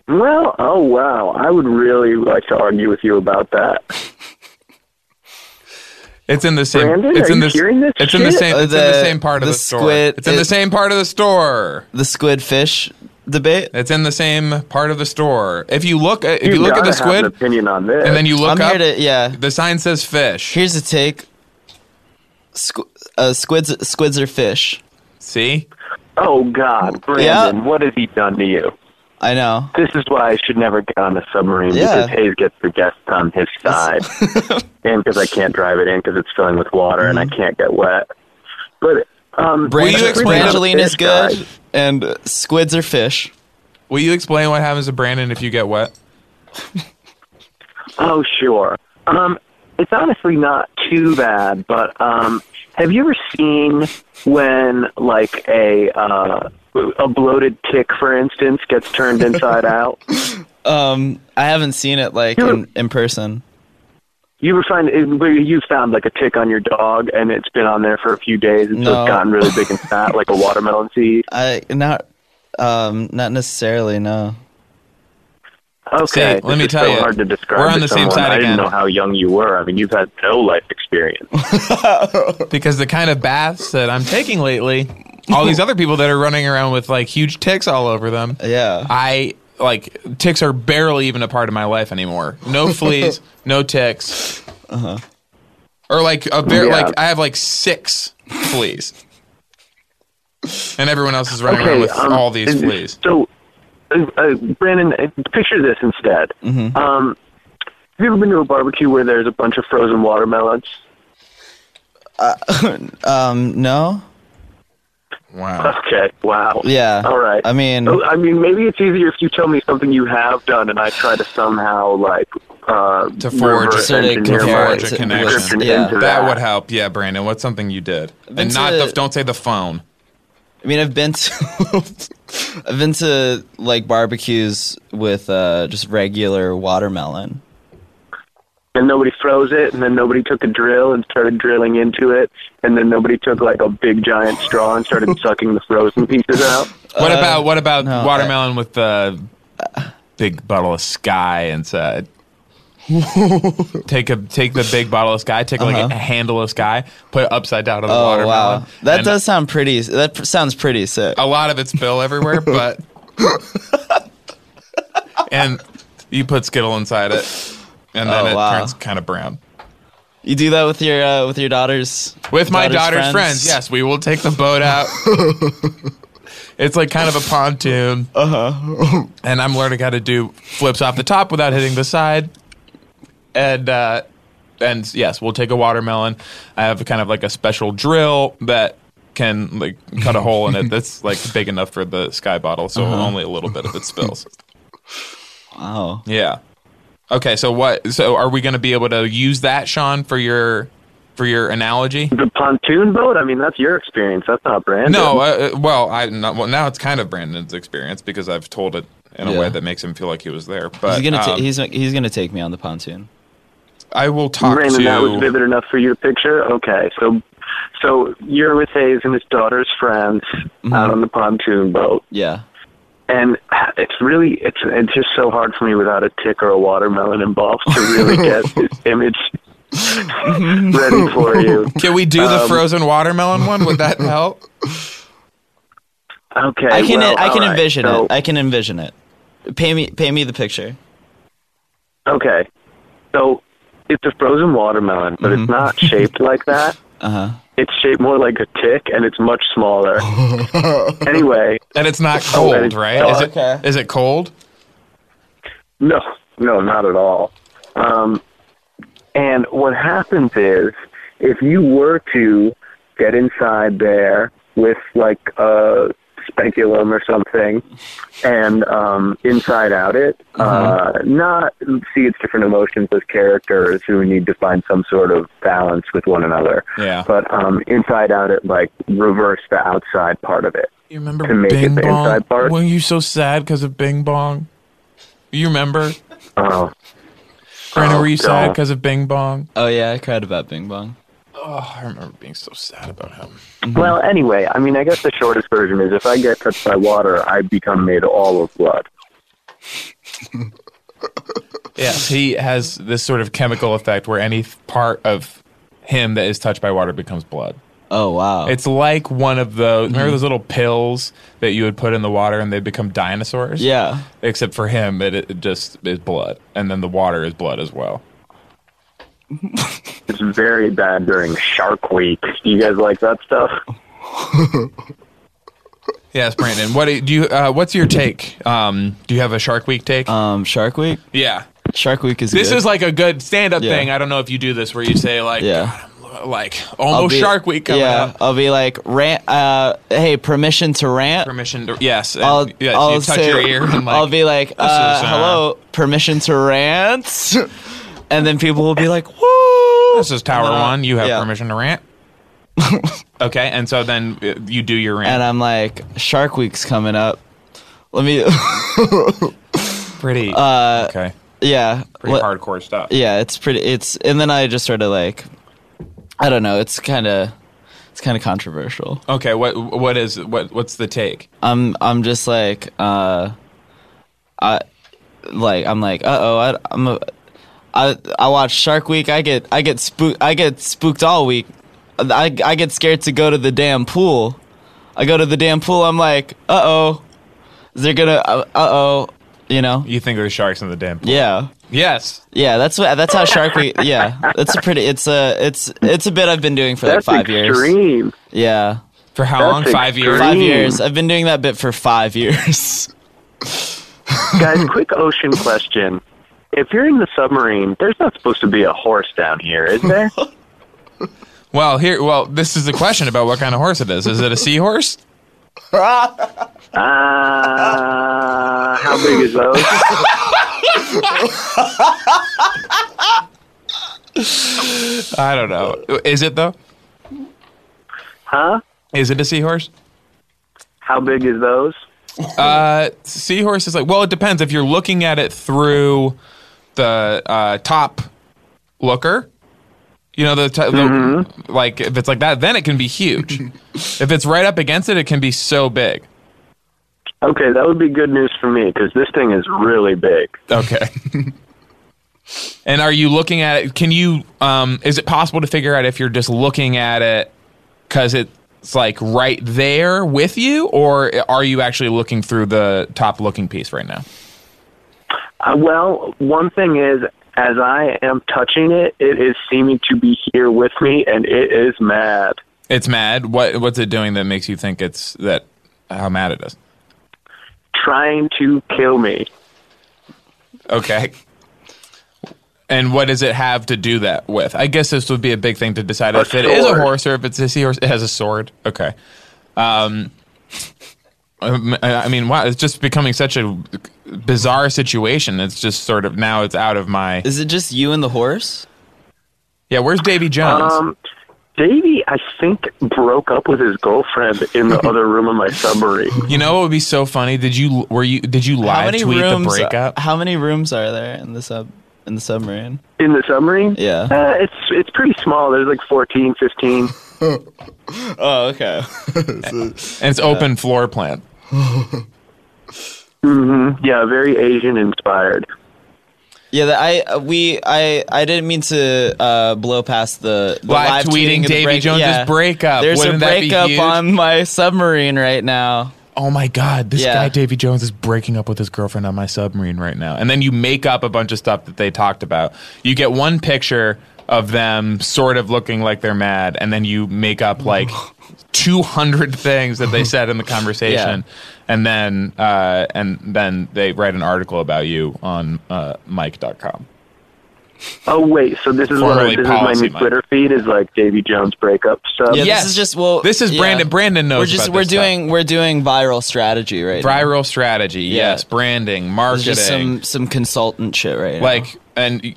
Speaker 2: Well, oh wow. I would really like to argue with you about that.
Speaker 1: It's in the same
Speaker 2: Brandon,
Speaker 1: it's
Speaker 2: are
Speaker 1: in
Speaker 2: you
Speaker 1: the s-
Speaker 2: hearing this
Speaker 1: It's in the
Speaker 2: shit?
Speaker 1: same
Speaker 3: Uh,
Speaker 1: it's in the
Speaker 3: the-
Speaker 1: same part of the,
Speaker 3: the
Speaker 1: store.
Speaker 3: squid-
Speaker 1: it's in the
Speaker 3: it-
Speaker 1: same part of the store.
Speaker 3: The squid fish debate.
Speaker 1: It's in the same part of the store. If you look at if you,
Speaker 2: You
Speaker 1: look at
Speaker 2: gotta
Speaker 1: the
Speaker 2: have an
Speaker 1: squid
Speaker 2: opinion on this.
Speaker 1: and then you look
Speaker 3: I'm
Speaker 1: up
Speaker 3: here to yeah.
Speaker 1: the sign says fish.
Speaker 3: Here's a take. Squ- uh, squids, squids are fish.
Speaker 1: See?
Speaker 2: oh God, Brandon,
Speaker 3: Yeah.
Speaker 2: what has he done to you?
Speaker 3: I know.
Speaker 2: This is why I should never get on a submarine
Speaker 3: Yeah.
Speaker 2: because Hayes gets the guests on his side, and because I can't drive it in because it's filling with water and I can't get wet. But um,
Speaker 1: Will you
Speaker 3: Brange-
Speaker 1: explain-
Speaker 3: Brangeline
Speaker 2: Fish
Speaker 3: is
Speaker 2: guy.
Speaker 3: good, and uh, squids are fish.
Speaker 1: Will you explain what happens to Brandon if you get wet?
Speaker 2: Oh, sure. Um, it's honestly not too bad, but um, have you ever seen when like a uh, a bloated tick, for instance, gets turned inside out?
Speaker 3: Um, I haven't seen it like in, in person.
Speaker 2: You were finding where you found like a tick on your dog, and it's been on there for a few days, and so
Speaker 3: No.
Speaker 2: it's gotten really big and fat, like a watermelon seed.
Speaker 3: I not um not necessarily no.
Speaker 2: Okay,
Speaker 1: See, let
Speaker 2: this
Speaker 1: me
Speaker 2: is
Speaker 1: tell
Speaker 2: so
Speaker 1: you,
Speaker 2: hard to describe.
Speaker 1: we're on
Speaker 2: to
Speaker 1: the same
Speaker 2: someone.
Speaker 1: side
Speaker 2: I
Speaker 1: again.
Speaker 2: didn't know how young you were. I mean, you've had no life experience.
Speaker 1: because the kind of baths that I'm taking lately, all these other people that are running around with like huge ticks all over them.
Speaker 3: Yeah.
Speaker 1: I like ticks are barely even a part of my life anymore. No fleas, no ticks. Uh-huh. Or like a bear
Speaker 2: Yeah.
Speaker 1: like I have like six fleas. And everyone else is running around with
Speaker 2: um,
Speaker 1: all these
Speaker 2: and
Speaker 1: fleas.
Speaker 2: So, uh, uh, Brandon, uh, picture this instead.
Speaker 1: Mm-hmm.
Speaker 2: Um, have you ever been to a barbecue where there's a bunch of frozen watermelons?
Speaker 3: Um no?
Speaker 1: Wow.
Speaker 2: Okay, wow.
Speaker 3: Yeah.
Speaker 2: All right.
Speaker 3: I mean
Speaker 2: Oh, I mean, maybe it's easier if you tell me something you have done, and I try to somehow like uh,
Speaker 1: To forge-
Speaker 2: reverse
Speaker 3: sort of
Speaker 2: engineer
Speaker 1: compare
Speaker 2: my
Speaker 1: it to connection.
Speaker 2: description
Speaker 3: Yeah.
Speaker 2: into
Speaker 1: That would help. Yeah, Brandon, what's something you did? And
Speaker 3: Vince,
Speaker 1: not the,
Speaker 3: uh,
Speaker 1: don't say the phone.
Speaker 3: I mean, I've been to I've been to like barbecues with uh, just regular watermelon.
Speaker 2: and nobody froze it, and then nobody took a drill and started drilling into it, and then nobody took like a big giant straw and started sucking the frozen pieces out.
Speaker 1: What about what about
Speaker 3: Uh, no, I-
Speaker 1: watermelon with the big bottle of sky inside? take a take the big bottle of sky, take like a, handle of sky, put it upside down on the
Speaker 3: Uh-huh. Oh
Speaker 1: watermelon.
Speaker 3: wow, that
Speaker 1: and
Speaker 3: does sound pretty. That pr- sounds pretty sick.
Speaker 1: a lot of it spill everywhere, but and you put Skittle inside it, and then
Speaker 3: Oh,
Speaker 1: it
Speaker 3: wow.
Speaker 1: turns kind of brown.
Speaker 3: You do that with your uh, with your daughters.
Speaker 1: With my daughter's friends. yes, we will take the boat out. it's like kind of a pontoon. Uh huh. and I'm learning how to do flips off the top without hitting the side. And uh, and yes, we'll take a watermelon. I have kind of like a special drill that can like cut a hole in it that's like big enough for the sky bottle, so only a little bit of it spills.
Speaker 3: Wow.
Speaker 1: Yeah. Okay, so what? So are we going to be able to use that, Sean, for your for your analogy?
Speaker 2: The pontoon boat? I mean, that's your experience. That's not Brandon.
Speaker 1: No, uh, uh, well, I not, well now it's kind of Brandon's experience because I've told it in a
Speaker 3: Yeah.
Speaker 1: way that makes him feel like he was there. But
Speaker 3: he's gonna ta-
Speaker 1: um,
Speaker 3: he's he's gonna take me on the pontoon.
Speaker 1: I will talk
Speaker 2: Brandon,
Speaker 1: to.
Speaker 2: that was vivid enough for you to picture. Okay, so so you're with Hayes and his daughter's friends
Speaker 3: Mm-hmm.
Speaker 2: out on the pontoon boat,
Speaker 3: Yeah.
Speaker 2: and it's really it's it's just so hard for me without a tick or a watermelon involved to really get this image
Speaker 3: Mm-hmm.
Speaker 2: ready for you.
Speaker 1: Can we do the
Speaker 2: Um,
Speaker 1: frozen watermelon one? Would that help?
Speaker 2: Okay,
Speaker 3: I can
Speaker 2: well,
Speaker 3: I
Speaker 2: all
Speaker 3: can
Speaker 2: right,
Speaker 3: envision
Speaker 2: so-
Speaker 3: it. I can envision it. Pay me pay me the picture.
Speaker 2: Okay. So it's a frozen watermelon, but it's not shaped like that. It's shaped more like a tick, and it's much smaller. anyway,
Speaker 1: And it's not
Speaker 2: Oh, and
Speaker 1: cold,
Speaker 2: it's
Speaker 1: right?
Speaker 2: dark.
Speaker 1: Is it,
Speaker 3: Okay.
Speaker 1: is it cold?
Speaker 2: no, no, not at all. Um, and what happens is, if you were to get inside there with like a speculum or something, and um, inside out it, uh, not see its different emotions as characters who need to find some sort of balance with one another.
Speaker 1: Yeah.
Speaker 2: But um, inside out it, like reverse the outside part of it.
Speaker 1: You remember
Speaker 2: To make it
Speaker 1: Bing
Speaker 2: the
Speaker 1: Bong?
Speaker 2: inside part?
Speaker 1: Weren't you so sad because of Bing Bong? You remember?
Speaker 2: Oh,
Speaker 1: Brandon, were you
Speaker 2: no.
Speaker 1: sad because of Bing Bong?
Speaker 3: Oh yeah, I cried about Bing Bong.
Speaker 1: Oh, I remember being so sad about him.
Speaker 2: Well, anyway, I mean, I guess the shortest version is if I get touched by water, I become made all of blood.
Speaker 1: Yes, he has this sort of chemical effect where any th- part of him that is touched by water becomes blood.
Speaker 3: Oh wow.
Speaker 1: It's like one of those. Remember those little pills that you would put in the water and they become dinosaurs?
Speaker 3: yeah.
Speaker 1: Except for him, it, it just is blood, and then the water is blood as well.
Speaker 2: It's very bad during Shark Week. You guys like that stuff?
Speaker 1: Yes, Brandon. What do you? Uh, what's your take? Um, do you have a Shark Week take?
Speaker 3: Um Shark Week.
Speaker 1: yeah,
Speaker 3: Shark Week is
Speaker 1: this
Speaker 3: good.
Speaker 1: is like a good stand-up
Speaker 3: Yeah.
Speaker 1: thing. I don't know if you do this where you say like,
Speaker 3: Yeah.
Speaker 1: "God, I'm, like almost Shark Week coming
Speaker 3: yeah,
Speaker 1: up.
Speaker 3: I'll be like rant. Uh, hey, permission to rant.
Speaker 1: Permission to yes, and,
Speaker 3: I'll,
Speaker 1: yes,
Speaker 3: I'll
Speaker 1: you touch
Speaker 3: say-
Speaker 1: your ear and like
Speaker 3: I'll be like, uh,
Speaker 1: is, uh,
Speaker 3: hello, permission to rant, and then people will be like, woo.
Speaker 1: This is Tower
Speaker 3: Uh,
Speaker 1: One. You have
Speaker 3: yeah.
Speaker 1: permission to rant. okay, and so then uh, you do your rant.
Speaker 3: And I'm like, Shark Week's coming up. Let me.
Speaker 1: Pretty. Uh, okay.
Speaker 3: yeah,
Speaker 6: Pretty
Speaker 3: what-
Speaker 6: hardcore stuff.
Speaker 3: yeah, it's pretty. It's and then I just sort of like, I don't know. It's kind of, it's kind of controversial.
Speaker 6: Okay, what what is what what's the take?
Speaker 3: I'm I'm just like uh I like I'm like uh oh I I'm a I I watch Shark Week I get I get spook I get spooked all week I I get scared to go to the damn pool I go to the damn pool I'm like uh oh they're gonna uh oh you know
Speaker 1: You think there's sharks in the damn pool?
Speaker 3: yeah
Speaker 1: Yes.
Speaker 3: yeah that's what that's how Shark Week yeah that's a pretty it's a it's it's a bit I've been doing for
Speaker 2: That's
Speaker 3: like five years
Speaker 2: extreme.
Speaker 3: yeah
Speaker 1: For how long?
Speaker 2: That's
Speaker 1: Five years.
Speaker 2: extreme.
Speaker 3: five years I've been doing that bit for five years.
Speaker 2: Guys, quick ocean question. If you're in the submarine, there's not supposed to be a horse down here, is there?
Speaker 1: Well, here. Well, this is the question about what kind of horse it is. Is it a seahorse?
Speaker 2: Uh, how big is those?
Speaker 1: I don't know. Is it though?
Speaker 2: Huh?
Speaker 1: Is it a seahorse?
Speaker 2: How big is those?
Speaker 1: Uh, seahorse is like. Well, it depends. If you're looking at it through the uh, top looker, you know the, t- the like if it's like that, then it can be huge. if it's right up against it, it can be so big.
Speaker 2: Okay, that would be good news for me because this thing is really big.
Speaker 1: Okay. and are you looking at it? Can you? Um, is it possible to figure out if you're just looking at it because it's like right there with you, or are you actually looking through the top looking piece right now?
Speaker 2: Uh, well, one thing is, as I am touching it, it is seeming to be here with me, and it is mad.
Speaker 1: It's mad. What what's it doing that makes you think it's that? How mad it is?
Speaker 2: Trying to kill me.
Speaker 1: Okay. And what does it have to do that with? I guess this would be a big thing to decide if it is a
Speaker 2: sword.
Speaker 1: horse or if it's a seahorse. It has a sword. Okay. Um, I I mean, wow, it's just becoming such a bizarre situation. It's just sort of now it's out of my.
Speaker 3: Is it just you and the horse?
Speaker 1: Yeah, where's Davy Jones?
Speaker 2: Um, Davey, I think, broke up with his girlfriend in the other room of my submarine.
Speaker 1: you know what would be so funny? Did you were you did you
Speaker 3: How
Speaker 1: live
Speaker 3: many
Speaker 1: tweet
Speaker 3: rooms? uh,
Speaker 1: the breakup?
Speaker 3: How many rooms are there in the sub in the submarine?
Speaker 2: In the submarine?
Speaker 3: Yeah.
Speaker 2: Uh, it's it's pretty small. There's like 14, 15.
Speaker 3: Oh, okay.
Speaker 1: and it's open floor plan.
Speaker 2: Mm-hmm. Yeah, very Asian inspired.
Speaker 3: yeah, that I uh, we I I didn't mean to uh, blow past the, the
Speaker 1: Live
Speaker 3: live,
Speaker 1: tweeting
Speaker 3: of the
Speaker 1: Davy Jones's breakup.
Speaker 3: There's
Speaker 1: Wouldn't
Speaker 3: a
Speaker 1: that be
Speaker 3: breakup
Speaker 1: huge?
Speaker 3: on my submarine right now.
Speaker 1: oh my god, this
Speaker 3: Yeah.
Speaker 1: guy Davy Jones is breaking up with his girlfriend on my submarine right now. And then you make up a bunch of stuff that they talked about. You get one picture of them sort of looking like they're mad, and then you make up like two hundred things that they said in the conversation, and then uh, and then they write an article about you on uh, Mike.com.
Speaker 2: Oh wait, so this is what I,
Speaker 1: Formerly
Speaker 2: this is my
Speaker 1: Policy
Speaker 2: new
Speaker 1: Month.
Speaker 2: Twitter feed is like Davy Jones breakup stuff.
Speaker 3: Yeah,
Speaker 1: Yes.
Speaker 3: this is just well.
Speaker 1: This is
Speaker 3: yeah.
Speaker 1: Brandon. Brandon knows.
Speaker 3: We're just
Speaker 1: about
Speaker 3: we're
Speaker 1: this stuff.
Speaker 3: doing we're doing viral strategy right now.
Speaker 1: viral strategy.
Speaker 3: Yeah.
Speaker 1: Yes, branding,
Speaker 3: It's
Speaker 1: marketing,
Speaker 3: just some some consultant shit right now.
Speaker 1: like and. y-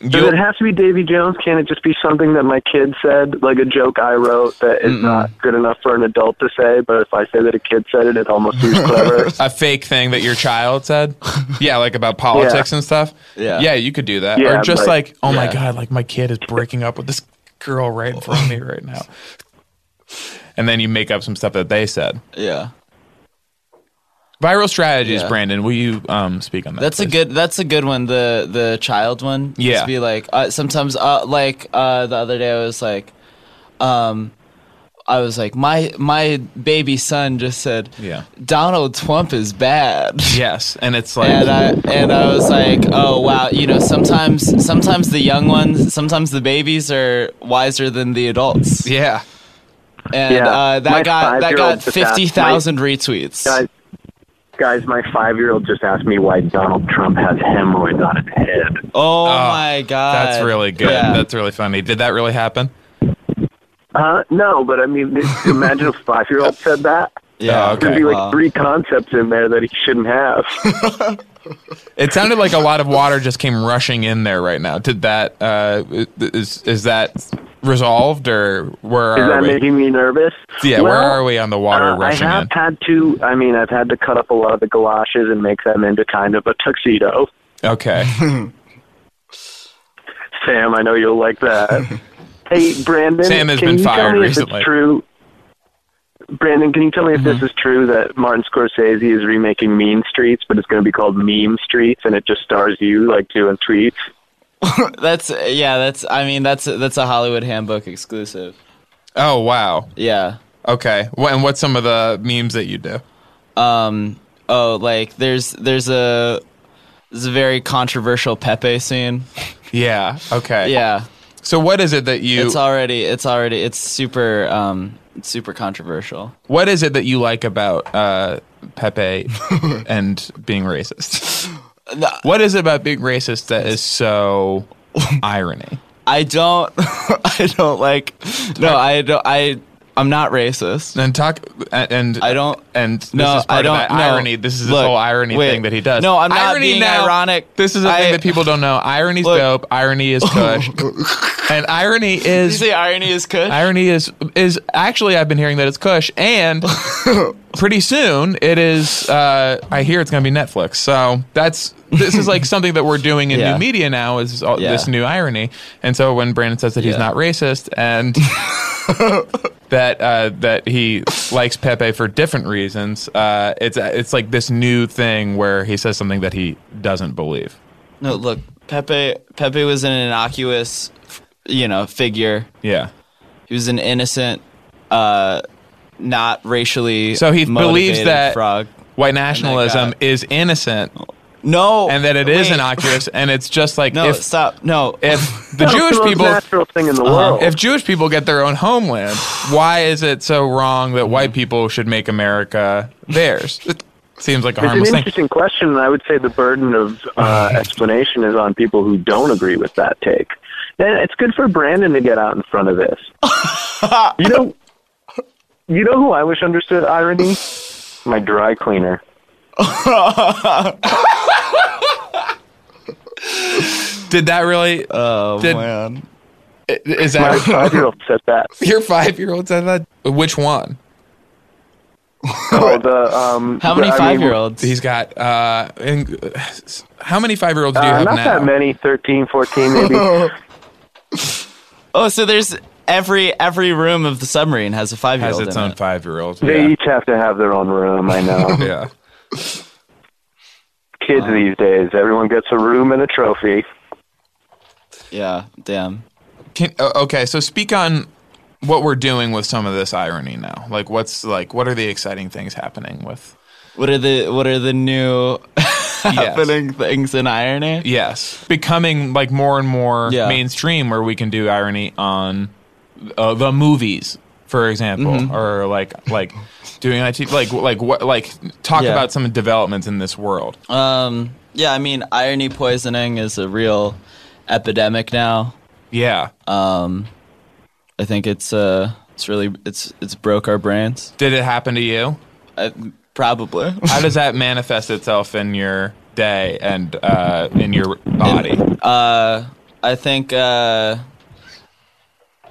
Speaker 2: Does
Speaker 1: you'll-
Speaker 2: it have to be Davy Jones? Can't it just be something that my kid said, like a joke I wrote that is not good enough for an adult to say? But if I say that a kid said it, it almost seems clever.
Speaker 1: a fake thing that your child said. yeah, like about politics and stuff.
Speaker 3: Yeah.
Speaker 1: Yeah, you could do that.
Speaker 2: Yeah,
Speaker 1: or just
Speaker 2: like-
Speaker 1: like, oh my
Speaker 3: Yeah.
Speaker 1: God, like my kid is breaking up with this girl right in front of me right now. And then you make up some stuff that they said.
Speaker 3: yeah.
Speaker 1: Viral strategies,
Speaker 3: Yeah.
Speaker 1: Brandon. Will you um, speak on that?
Speaker 3: That's a
Speaker 1: please?
Speaker 3: good. That's a good one. The the child one. Just
Speaker 1: Yeah.
Speaker 3: be like uh, sometimes. Uh, like uh, the other day, I was like, um, I was like, my my baby son just said,
Speaker 1: Yeah.
Speaker 3: Donald Trump is bad.
Speaker 1: Yes, and it's like
Speaker 3: And I and I was like, oh wow, you know, sometimes sometimes the young ones, sometimes the babies are wiser than the adults.
Speaker 1: yeah.
Speaker 3: And
Speaker 2: Yeah.
Speaker 3: uh, that
Speaker 2: My
Speaker 3: got that
Speaker 2: five-year-old
Speaker 3: got
Speaker 2: just asked-
Speaker 3: fifty thousand retweets.
Speaker 2: guys, guys, my five-year-old just asked me why Donald Trump has hemorrhoids on his head.
Speaker 3: oh, my god,
Speaker 1: That's really good.
Speaker 3: Yeah.
Speaker 1: That's really funny. Did that really happen?
Speaker 2: Uh, no, but I mean, imagine if a five-year-old said that.
Speaker 3: yeah.
Speaker 1: Oh,
Speaker 2: There'd
Speaker 1: okay.
Speaker 2: be like
Speaker 3: Wow.
Speaker 2: three concepts in there that he shouldn't have.
Speaker 1: It sounded like a lot of water just came rushing in there right now. Did that uh, is is that resolved or where
Speaker 2: Is
Speaker 1: are
Speaker 2: that
Speaker 1: we?
Speaker 2: making me nervous?
Speaker 1: Yeah, where
Speaker 2: Well,
Speaker 1: are we on the water
Speaker 2: uh,
Speaker 1: rushing
Speaker 2: I have
Speaker 1: in?
Speaker 2: had to. I mean, I've had to cut up a lot of the galoshes and make them into kind of a tuxedo.
Speaker 1: Okay.
Speaker 2: Sam, I know you'll like that. hey, Brandon.
Speaker 1: Sam has
Speaker 2: can
Speaker 1: been
Speaker 2: you
Speaker 1: fired
Speaker 2: tell me If
Speaker 1: recently. Mm-hmm.
Speaker 2: it's true. Brandon, can you tell me if this is true that Martin Scorsese is remaking Mean Streets, but it's going to be called Meme Streets, and it just stars you like doing tweets?
Speaker 3: That's yeah. That's I mean that's that's a Hollywood Handbook exclusive.
Speaker 1: Oh wow.
Speaker 3: Yeah.
Speaker 1: Okay. Wha- and what's some of the memes that you do?
Speaker 3: Um. Oh, like there's there's a there's a very controversial Pepe scene.
Speaker 1: Yeah. Okay.
Speaker 3: Yeah.
Speaker 1: So what is it that you
Speaker 3: It's already it's already it's super um it's super controversial.
Speaker 1: what is it that you like about uh, Pepe and being racist? What is it about being racist that is so irony?
Speaker 3: I don't I don't like no I don't I I'm not racist.
Speaker 1: And talk and, and
Speaker 3: I don't-
Speaker 1: and this
Speaker 3: no,
Speaker 1: is part
Speaker 3: I don't-
Speaker 1: of that
Speaker 3: no.
Speaker 1: irony. This is this
Speaker 3: Look,
Speaker 1: whole irony
Speaker 3: wait.
Speaker 1: thing that he does.
Speaker 3: No, I'm not
Speaker 1: irony
Speaker 3: being
Speaker 1: now-
Speaker 3: ironic.
Speaker 1: This is a
Speaker 3: I-
Speaker 1: thing that people don't know. Irony's
Speaker 3: Look.
Speaker 1: dope. Irony is kush, and irony
Speaker 3: You
Speaker 1: is
Speaker 3: say irony is kush.
Speaker 1: irony is is actually I've been hearing that it's kush, and pretty soon it is. Uh, I hear it's going to be Netflix. So that's this is like something that we're doing in
Speaker 3: Yeah.
Speaker 1: new media now is all,
Speaker 3: Yeah.
Speaker 1: this new irony. And so when Brandon says that he's
Speaker 3: Yeah.
Speaker 1: not racist and that uh, that he likes Pepe for different reasons, uh, it's it's like this new thing where he says something that he doesn't believe.
Speaker 3: No, look, Pepe Pepe was an innocuous, you know, figure.
Speaker 1: Yeah.
Speaker 3: He was an innocent, uh, not racially.
Speaker 1: So he believes
Speaker 3: motivated
Speaker 1: that
Speaker 3: frog.
Speaker 1: white nationalism
Speaker 3: got-
Speaker 1: is innocent
Speaker 2: Oh,
Speaker 3: No,
Speaker 1: and that it is
Speaker 3: wait.
Speaker 1: innocuous and it's just like
Speaker 3: No,
Speaker 1: if
Speaker 3: stop. No,
Speaker 1: if the
Speaker 2: That's
Speaker 1: Jewish
Speaker 2: the most
Speaker 1: people Uh-huh.
Speaker 2: natural thing in the world.
Speaker 1: if Jewish people get their own homeland, why is it so wrong that
Speaker 2: Mm-hmm.
Speaker 1: white people should make America theirs? It seems like a
Speaker 2: It's
Speaker 1: harmless
Speaker 2: an
Speaker 1: thing.
Speaker 2: interesting question, and I would say the burden of uh, explanation is on people who don't agree with that take. And it's good for Brandon to get out in front of this. you know, you know who I wish understood irony? My dry cleaner.
Speaker 1: Did that really?
Speaker 3: oh
Speaker 1: did-
Speaker 3: man,
Speaker 1: is
Speaker 2: My
Speaker 1: that
Speaker 2: five-year-old said that.
Speaker 1: your five year old said that? Which one?
Speaker 2: Oh, the um.
Speaker 3: how many
Speaker 2: the- I mean,
Speaker 3: five year olds?
Speaker 1: He's got. Uh, in, how many five year olds do you
Speaker 2: Uh,
Speaker 1: have
Speaker 2: not
Speaker 1: now?
Speaker 2: that many, Thirteen, fourteen, maybe.
Speaker 3: Oh, so there's every every room of the submarine has a five year
Speaker 1: Has
Speaker 3: old.
Speaker 1: its own five year old.
Speaker 2: they
Speaker 1: Yeah.
Speaker 2: each have to have their own room. I know.
Speaker 1: yeah.
Speaker 2: Kids these days, everyone gets a room and a trophy.
Speaker 3: Yeah, damn.
Speaker 1: Can, uh, okay, so speak on what we're doing with some of this irony now. Like, what's like, what are the exciting things happening with?
Speaker 3: What are the what are the new happening things in irony?
Speaker 1: Yes, becoming like more and more
Speaker 3: Yeah.
Speaker 1: mainstream, where we can do irony on uh, the movies, for example,
Speaker 3: Mm-hmm.
Speaker 1: or like like doing IT, like like what like talk
Speaker 3: Yeah.
Speaker 1: about some developments in this world.
Speaker 3: Um, yeah, I mean, irony poisoning is a real epidemic now.
Speaker 1: yeah,
Speaker 3: I think it's uh, it's really it's it's broke our brains.
Speaker 1: did it happen to you?
Speaker 3: I, probably
Speaker 1: How does that manifest itself in your day and uh, in your body?
Speaker 3: I think uh,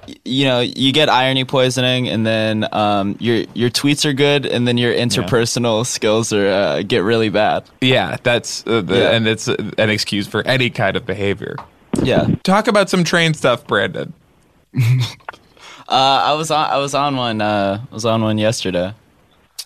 Speaker 3: y- you know you get irony poisoning, and then um, your your tweets are good, and then your interpersonal skills are uh, get really bad.
Speaker 1: Yeah, that's uh, the,
Speaker 3: Yeah.
Speaker 1: and it's uh, an excuse for any kind of behavior.
Speaker 3: Yeah,
Speaker 1: Talk about some train stuff, Brandon.
Speaker 3: uh, I was on I was on one uh, I was on one yesterday.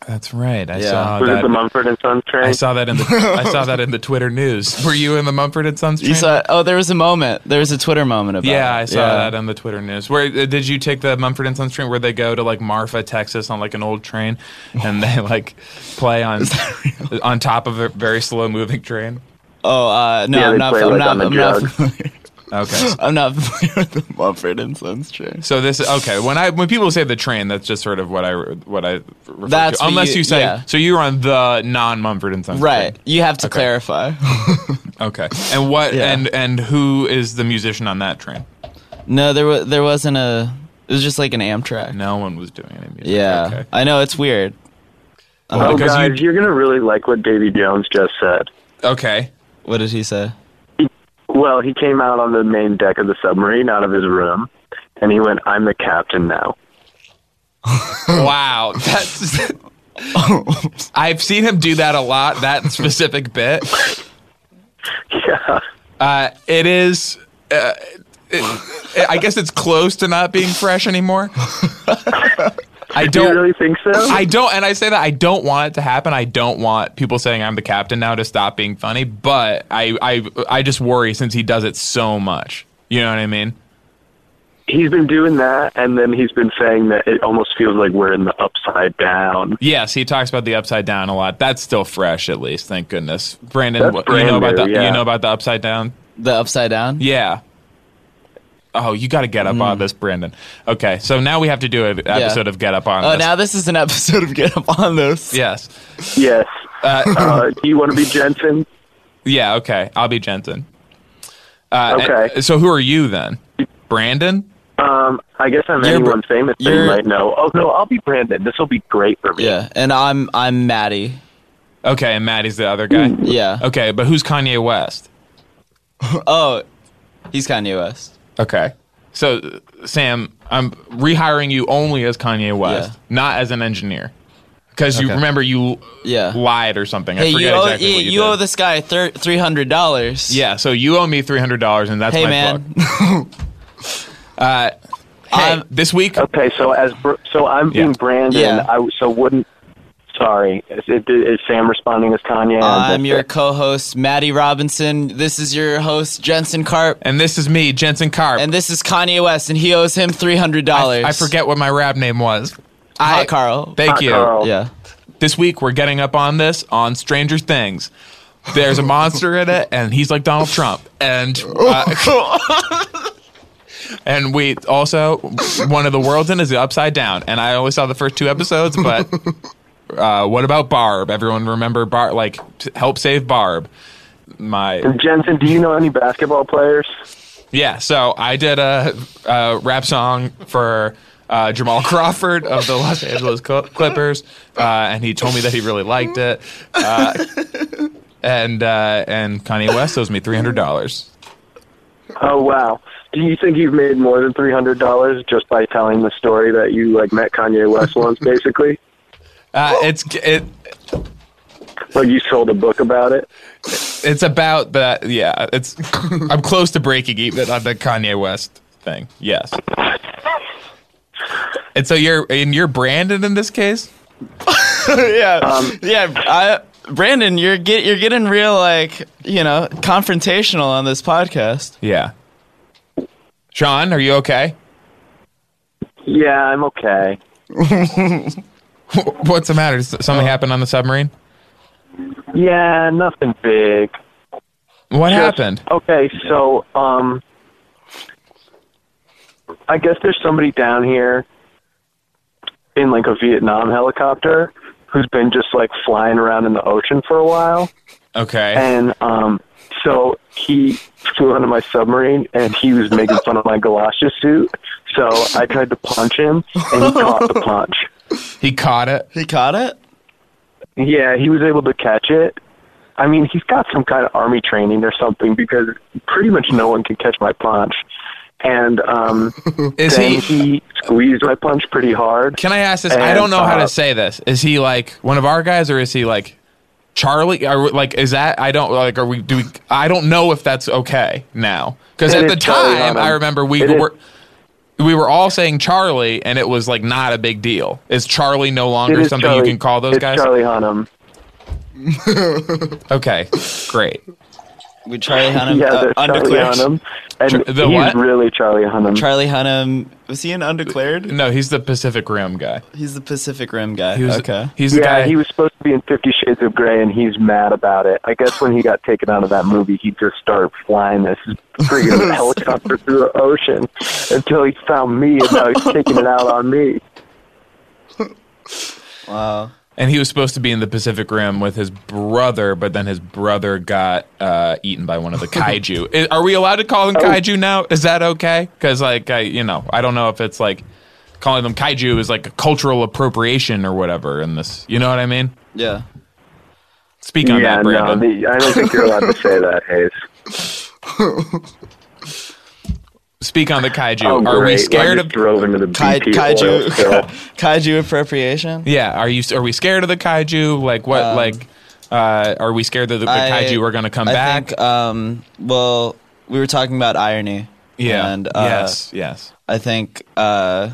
Speaker 1: That's right. I
Speaker 3: Yeah.
Speaker 1: saw
Speaker 2: Was it the
Speaker 1: that.
Speaker 2: Mumford and Sons train?
Speaker 1: I saw that in the I saw that in the Twitter news. Were you in the Mumford and Sons?
Speaker 3: You
Speaker 1: train?
Speaker 3: saw? Oh, there was a moment. There was a Twitter moment about.
Speaker 1: Yeah,
Speaker 3: it.
Speaker 1: I saw that um, on the Twitter news. Where uh, did you take the Mumford and Sons train? Where they go to like Marfa, Texas, on like an old train, and they like play on on top of a very slow moving train.
Speaker 3: Oh uh, no,
Speaker 2: Yeah,
Speaker 3: I'm
Speaker 2: they
Speaker 3: not.
Speaker 2: play,
Speaker 3: I'm
Speaker 2: like,
Speaker 3: not.
Speaker 2: on the
Speaker 3: I'm not,
Speaker 2: jug.
Speaker 3: familiar,
Speaker 1: Okay,
Speaker 3: I'm not familiar with the Mumford and Sons train.
Speaker 1: so this okay. When I when people say the train, that's just sort of what I re- what I refer
Speaker 3: That's
Speaker 1: to.
Speaker 3: what
Speaker 1: Unless
Speaker 3: you-
Speaker 1: you, say
Speaker 3: yeah.
Speaker 1: so, you were on the non Mumford and Sons, train.
Speaker 3: Right. You have to clarify.
Speaker 1: Okay. And what
Speaker 3: Yeah.
Speaker 1: and and who is the musician on that train?
Speaker 3: no, there was there wasn't a. It was just like an Amtrak.
Speaker 1: No one was doing any music.
Speaker 3: Yeah,
Speaker 1: Okay.
Speaker 3: I know it's weird.
Speaker 2: oh,
Speaker 1: because
Speaker 2: guys,
Speaker 1: you-
Speaker 2: you're gonna really like what Davy Jones just said.
Speaker 1: okay.
Speaker 3: What did he say?
Speaker 2: Well, he came out on the main deck of the submarine out of his room, and he went, "I'm the captain now."
Speaker 1: Wow. That's I've seen him do that a lot, that specific bit.
Speaker 2: Yeah.
Speaker 1: Uh, it is. Uh, it, I guess it's close to not being fresh anymore. I
Speaker 2: Do you
Speaker 1: don't.
Speaker 2: really think so?
Speaker 1: I don't, and I say that I don't want it to happen. I don't want people saying I'm the captain now to stop being funny, but I, I, I just worry since he does it so much. You know what I mean?
Speaker 2: he's been doing that, and then he's been saying that it almost feels like we're in the upside down.
Speaker 1: Yes, he talks about the upside down a lot. That's still fresh, at least. Thank goodness, Brandon.
Speaker 2: That's
Speaker 1: what- you know
Speaker 2: brand
Speaker 1: about the,
Speaker 2: new, yeah.
Speaker 1: you know about the upside down.
Speaker 3: The upside down.
Speaker 1: Yeah. Oh, you got to get up
Speaker 3: Hmm.
Speaker 1: on this, Brandon. Okay, so now we have to do an episode of Get Up on
Speaker 3: Oh,
Speaker 1: this.
Speaker 3: now this is an episode of Get Up on This.
Speaker 1: yes.
Speaker 2: Yes.
Speaker 1: Uh,
Speaker 2: Uh, do you want to be Jensen?
Speaker 1: yeah. Okay. I'll be Jensen. Uh,
Speaker 2: Okay.
Speaker 1: uh, So who are you then, Brandon?
Speaker 2: Um, I guess I'm
Speaker 3: You're
Speaker 2: anyone
Speaker 3: Br-
Speaker 2: famous that you
Speaker 3: you're-
Speaker 2: might know. Oh no, I'll be Brandon. This will be great for me.
Speaker 3: Yeah, and I'm I'm Maddie.
Speaker 1: Okay, and Maddie's the other guy.
Speaker 3: Mm, Yeah.
Speaker 1: Okay, but who's Kanye West?
Speaker 3: Oh, he's Kanye West.
Speaker 1: Okay. So uh, Sam, I'm rehiring you only as Kanye West,
Speaker 3: Yeah.
Speaker 1: not as an engineer, because you remember you
Speaker 3: Yeah.
Speaker 1: lied or something.
Speaker 3: Hey,
Speaker 1: I
Speaker 3: you
Speaker 1: forget
Speaker 3: owe,
Speaker 1: exactly
Speaker 3: yeah,
Speaker 1: what you,
Speaker 3: you
Speaker 1: did.
Speaker 3: owe this guy thir- three hundred dollars.
Speaker 1: Yeah, so you owe me three hundred dollars, and that's
Speaker 3: Hey
Speaker 1: my
Speaker 3: man.
Speaker 1: plug. Hey,
Speaker 3: I'm-
Speaker 1: this week,
Speaker 2: Okay, so as Br- so I'm being
Speaker 1: Yeah.
Speaker 2: Brandon.
Speaker 3: Yeah.
Speaker 2: I so wouldn't. Sorry, is, it, is Sam responding as Kanye?
Speaker 3: I'm your
Speaker 2: That's it.
Speaker 3: co-host Maddie Robinson. This is your host Jensen Karp,
Speaker 1: and this is me, Jensen Carp.
Speaker 3: and this is Kanye West, and he owes him three hundred dollars.
Speaker 1: I, I forget what my rap name was.
Speaker 3: Hi, Carl.
Speaker 1: Thank
Speaker 2: Hi,
Speaker 1: you.
Speaker 2: Carl.
Speaker 3: yeah.
Speaker 1: This week we're getting up on this on Stranger Things. There's a monster in it, and he's like Donald Trump, and uh, and we also one of the worlds in is the Upside Down, and I only saw the first two episodes, but uh, what about Barb? Everyone remember Barb? Like t- help save Barb. My
Speaker 2: Jensen, do you know any basketball players?
Speaker 1: Yeah, so I did a, a rap song for uh, Jamal Crawford of the Los Angeles Cl- Clippers, uh, and he told me that he really liked it. Uh, and uh, and Kanye West owes me three hundred dollars.
Speaker 2: Oh wow. Do you think you've made more than three hundred dollars just by telling the story that you like met Kanye West once, basically?
Speaker 1: Uh, it's it,
Speaker 2: Like you sold a book about it.
Speaker 1: it's about the yeah. It's I'm close to breaking even on the Kanye West thing. Yes. And so you're and you're Brandon in this case.
Speaker 3: yeah, yeah. I, Brandon, you're get you're getting real like you know confrontational on this podcast.
Speaker 1: Yeah. Sean, are you okay?
Speaker 2: Yeah, I'm okay.
Speaker 1: What's the matter? Did
Speaker 2: Oh.
Speaker 1: something happen on the submarine?
Speaker 2: Yeah, nothing big.
Speaker 1: What
Speaker 2: Just-
Speaker 1: happened?
Speaker 2: Okay, so um, I guess there's somebody down here in like a Vietnam helicopter who's been just like flying around in the ocean for a while,
Speaker 1: Okay.
Speaker 2: and um, so he flew onto my submarine and he was making fun of my galoshes suit. So I tried to punch him, and he caught the punch.
Speaker 1: He caught it.
Speaker 3: He caught it.
Speaker 2: Yeah, he was able to catch it. I mean, he's got some kind of army training or something because pretty much no one can catch my punch. And um,
Speaker 1: Is he?
Speaker 2: then he squeezed my punch pretty hard.
Speaker 1: Can I ask this? I
Speaker 2: And,
Speaker 1: don't know how
Speaker 2: uh,
Speaker 1: to say this. Is he like one of our guys, or is he like Charlie? Are, we- like, is that? I don't like. Are we? Do we? I don't know if that's okay now. Because
Speaker 2: It
Speaker 1: at
Speaker 2: is
Speaker 1: the
Speaker 2: Charlie
Speaker 1: time,
Speaker 2: Hunnam.
Speaker 1: I remember we
Speaker 2: It is-
Speaker 1: were. We were all saying Charlie, and it was like not a big deal. Is Charlie no
Speaker 2: It
Speaker 1: longer
Speaker 2: is
Speaker 1: something you
Speaker 2: Charlie-
Speaker 1: can call those
Speaker 2: it's
Speaker 1: guys?
Speaker 2: Charlie Hunnam.
Speaker 1: Okay, great.
Speaker 3: We Charlie Hunnam.
Speaker 2: Yeah,
Speaker 3: uh,
Speaker 2: they're Charlie
Speaker 3: undeclared.
Speaker 2: Hunnam. And
Speaker 1: the
Speaker 2: he's
Speaker 1: what?
Speaker 2: really Charlie Hunnam.
Speaker 3: Charlie Hunnam. Was he an undeclared?
Speaker 1: No, he's the Pacific Rim guy.
Speaker 3: He's the Pacific Rim guy.
Speaker 1: He was,
Speaker 3: okay.
Speaker 1: He's the
Speaker 2: yeah,
Speaker 1: guy.
Speaker 2: he was supposed to be in Fifty Shades of Grey, and he's mad about it. I guess when he got taken out of that movie, he just started flying this freaking helicopter through the ocean until he found me, and now he's taking it out on me.
Speaker 3: Wow.
Speaker 1: And he was supposed to be in the Pacific Rim with his brother, but then his brother got uh, eaten by one of the kaiju. I- Are we allowed to call them
Speaker 2: Oh.
Speaker 1: kaiju now? Is that okay? Because like I, you know, I don't know if it's like calling them kaiju is like a cultural appropriation or whatever. In this, you know what I mean?
Speaker 3: Yeah.
Speaker 1: Speak on
Speaker 2: yeah,
Speaker 1: that, Brandon.
Speaker 2: no, the, I don't think you're allowed to say that, Hayes.
Speaker 1: Speak on the kaiju.
Speaker 2: Oh,
Speaker 1: are
Speaker 2: great.
Speaker 1: we scared
Speaker 2: I
Speaker 1: of?
Speaker 2: just drove into the
Speaker 3: Kai-
Speaker 2: BP oil
Speaker 3: kaiju.
Speaker 2: spill.
Speaker 3: kaiju appropriation.
Speaker 1: yeah. Are you? Are we scared of the kaiju? Like what? like Uh, are we scared that the, the
Speaker 3: Um, I-
Speaker 1: kaiju are going to come
Speaker 3: I
Speaker 1: back?
Speaker 3: Think, um, well, we were talking about irony.
Speaker 1: yeah.
Speaker 3: And uh,
Speaker 1: yes. Yes.
Speaker 3: I think uh,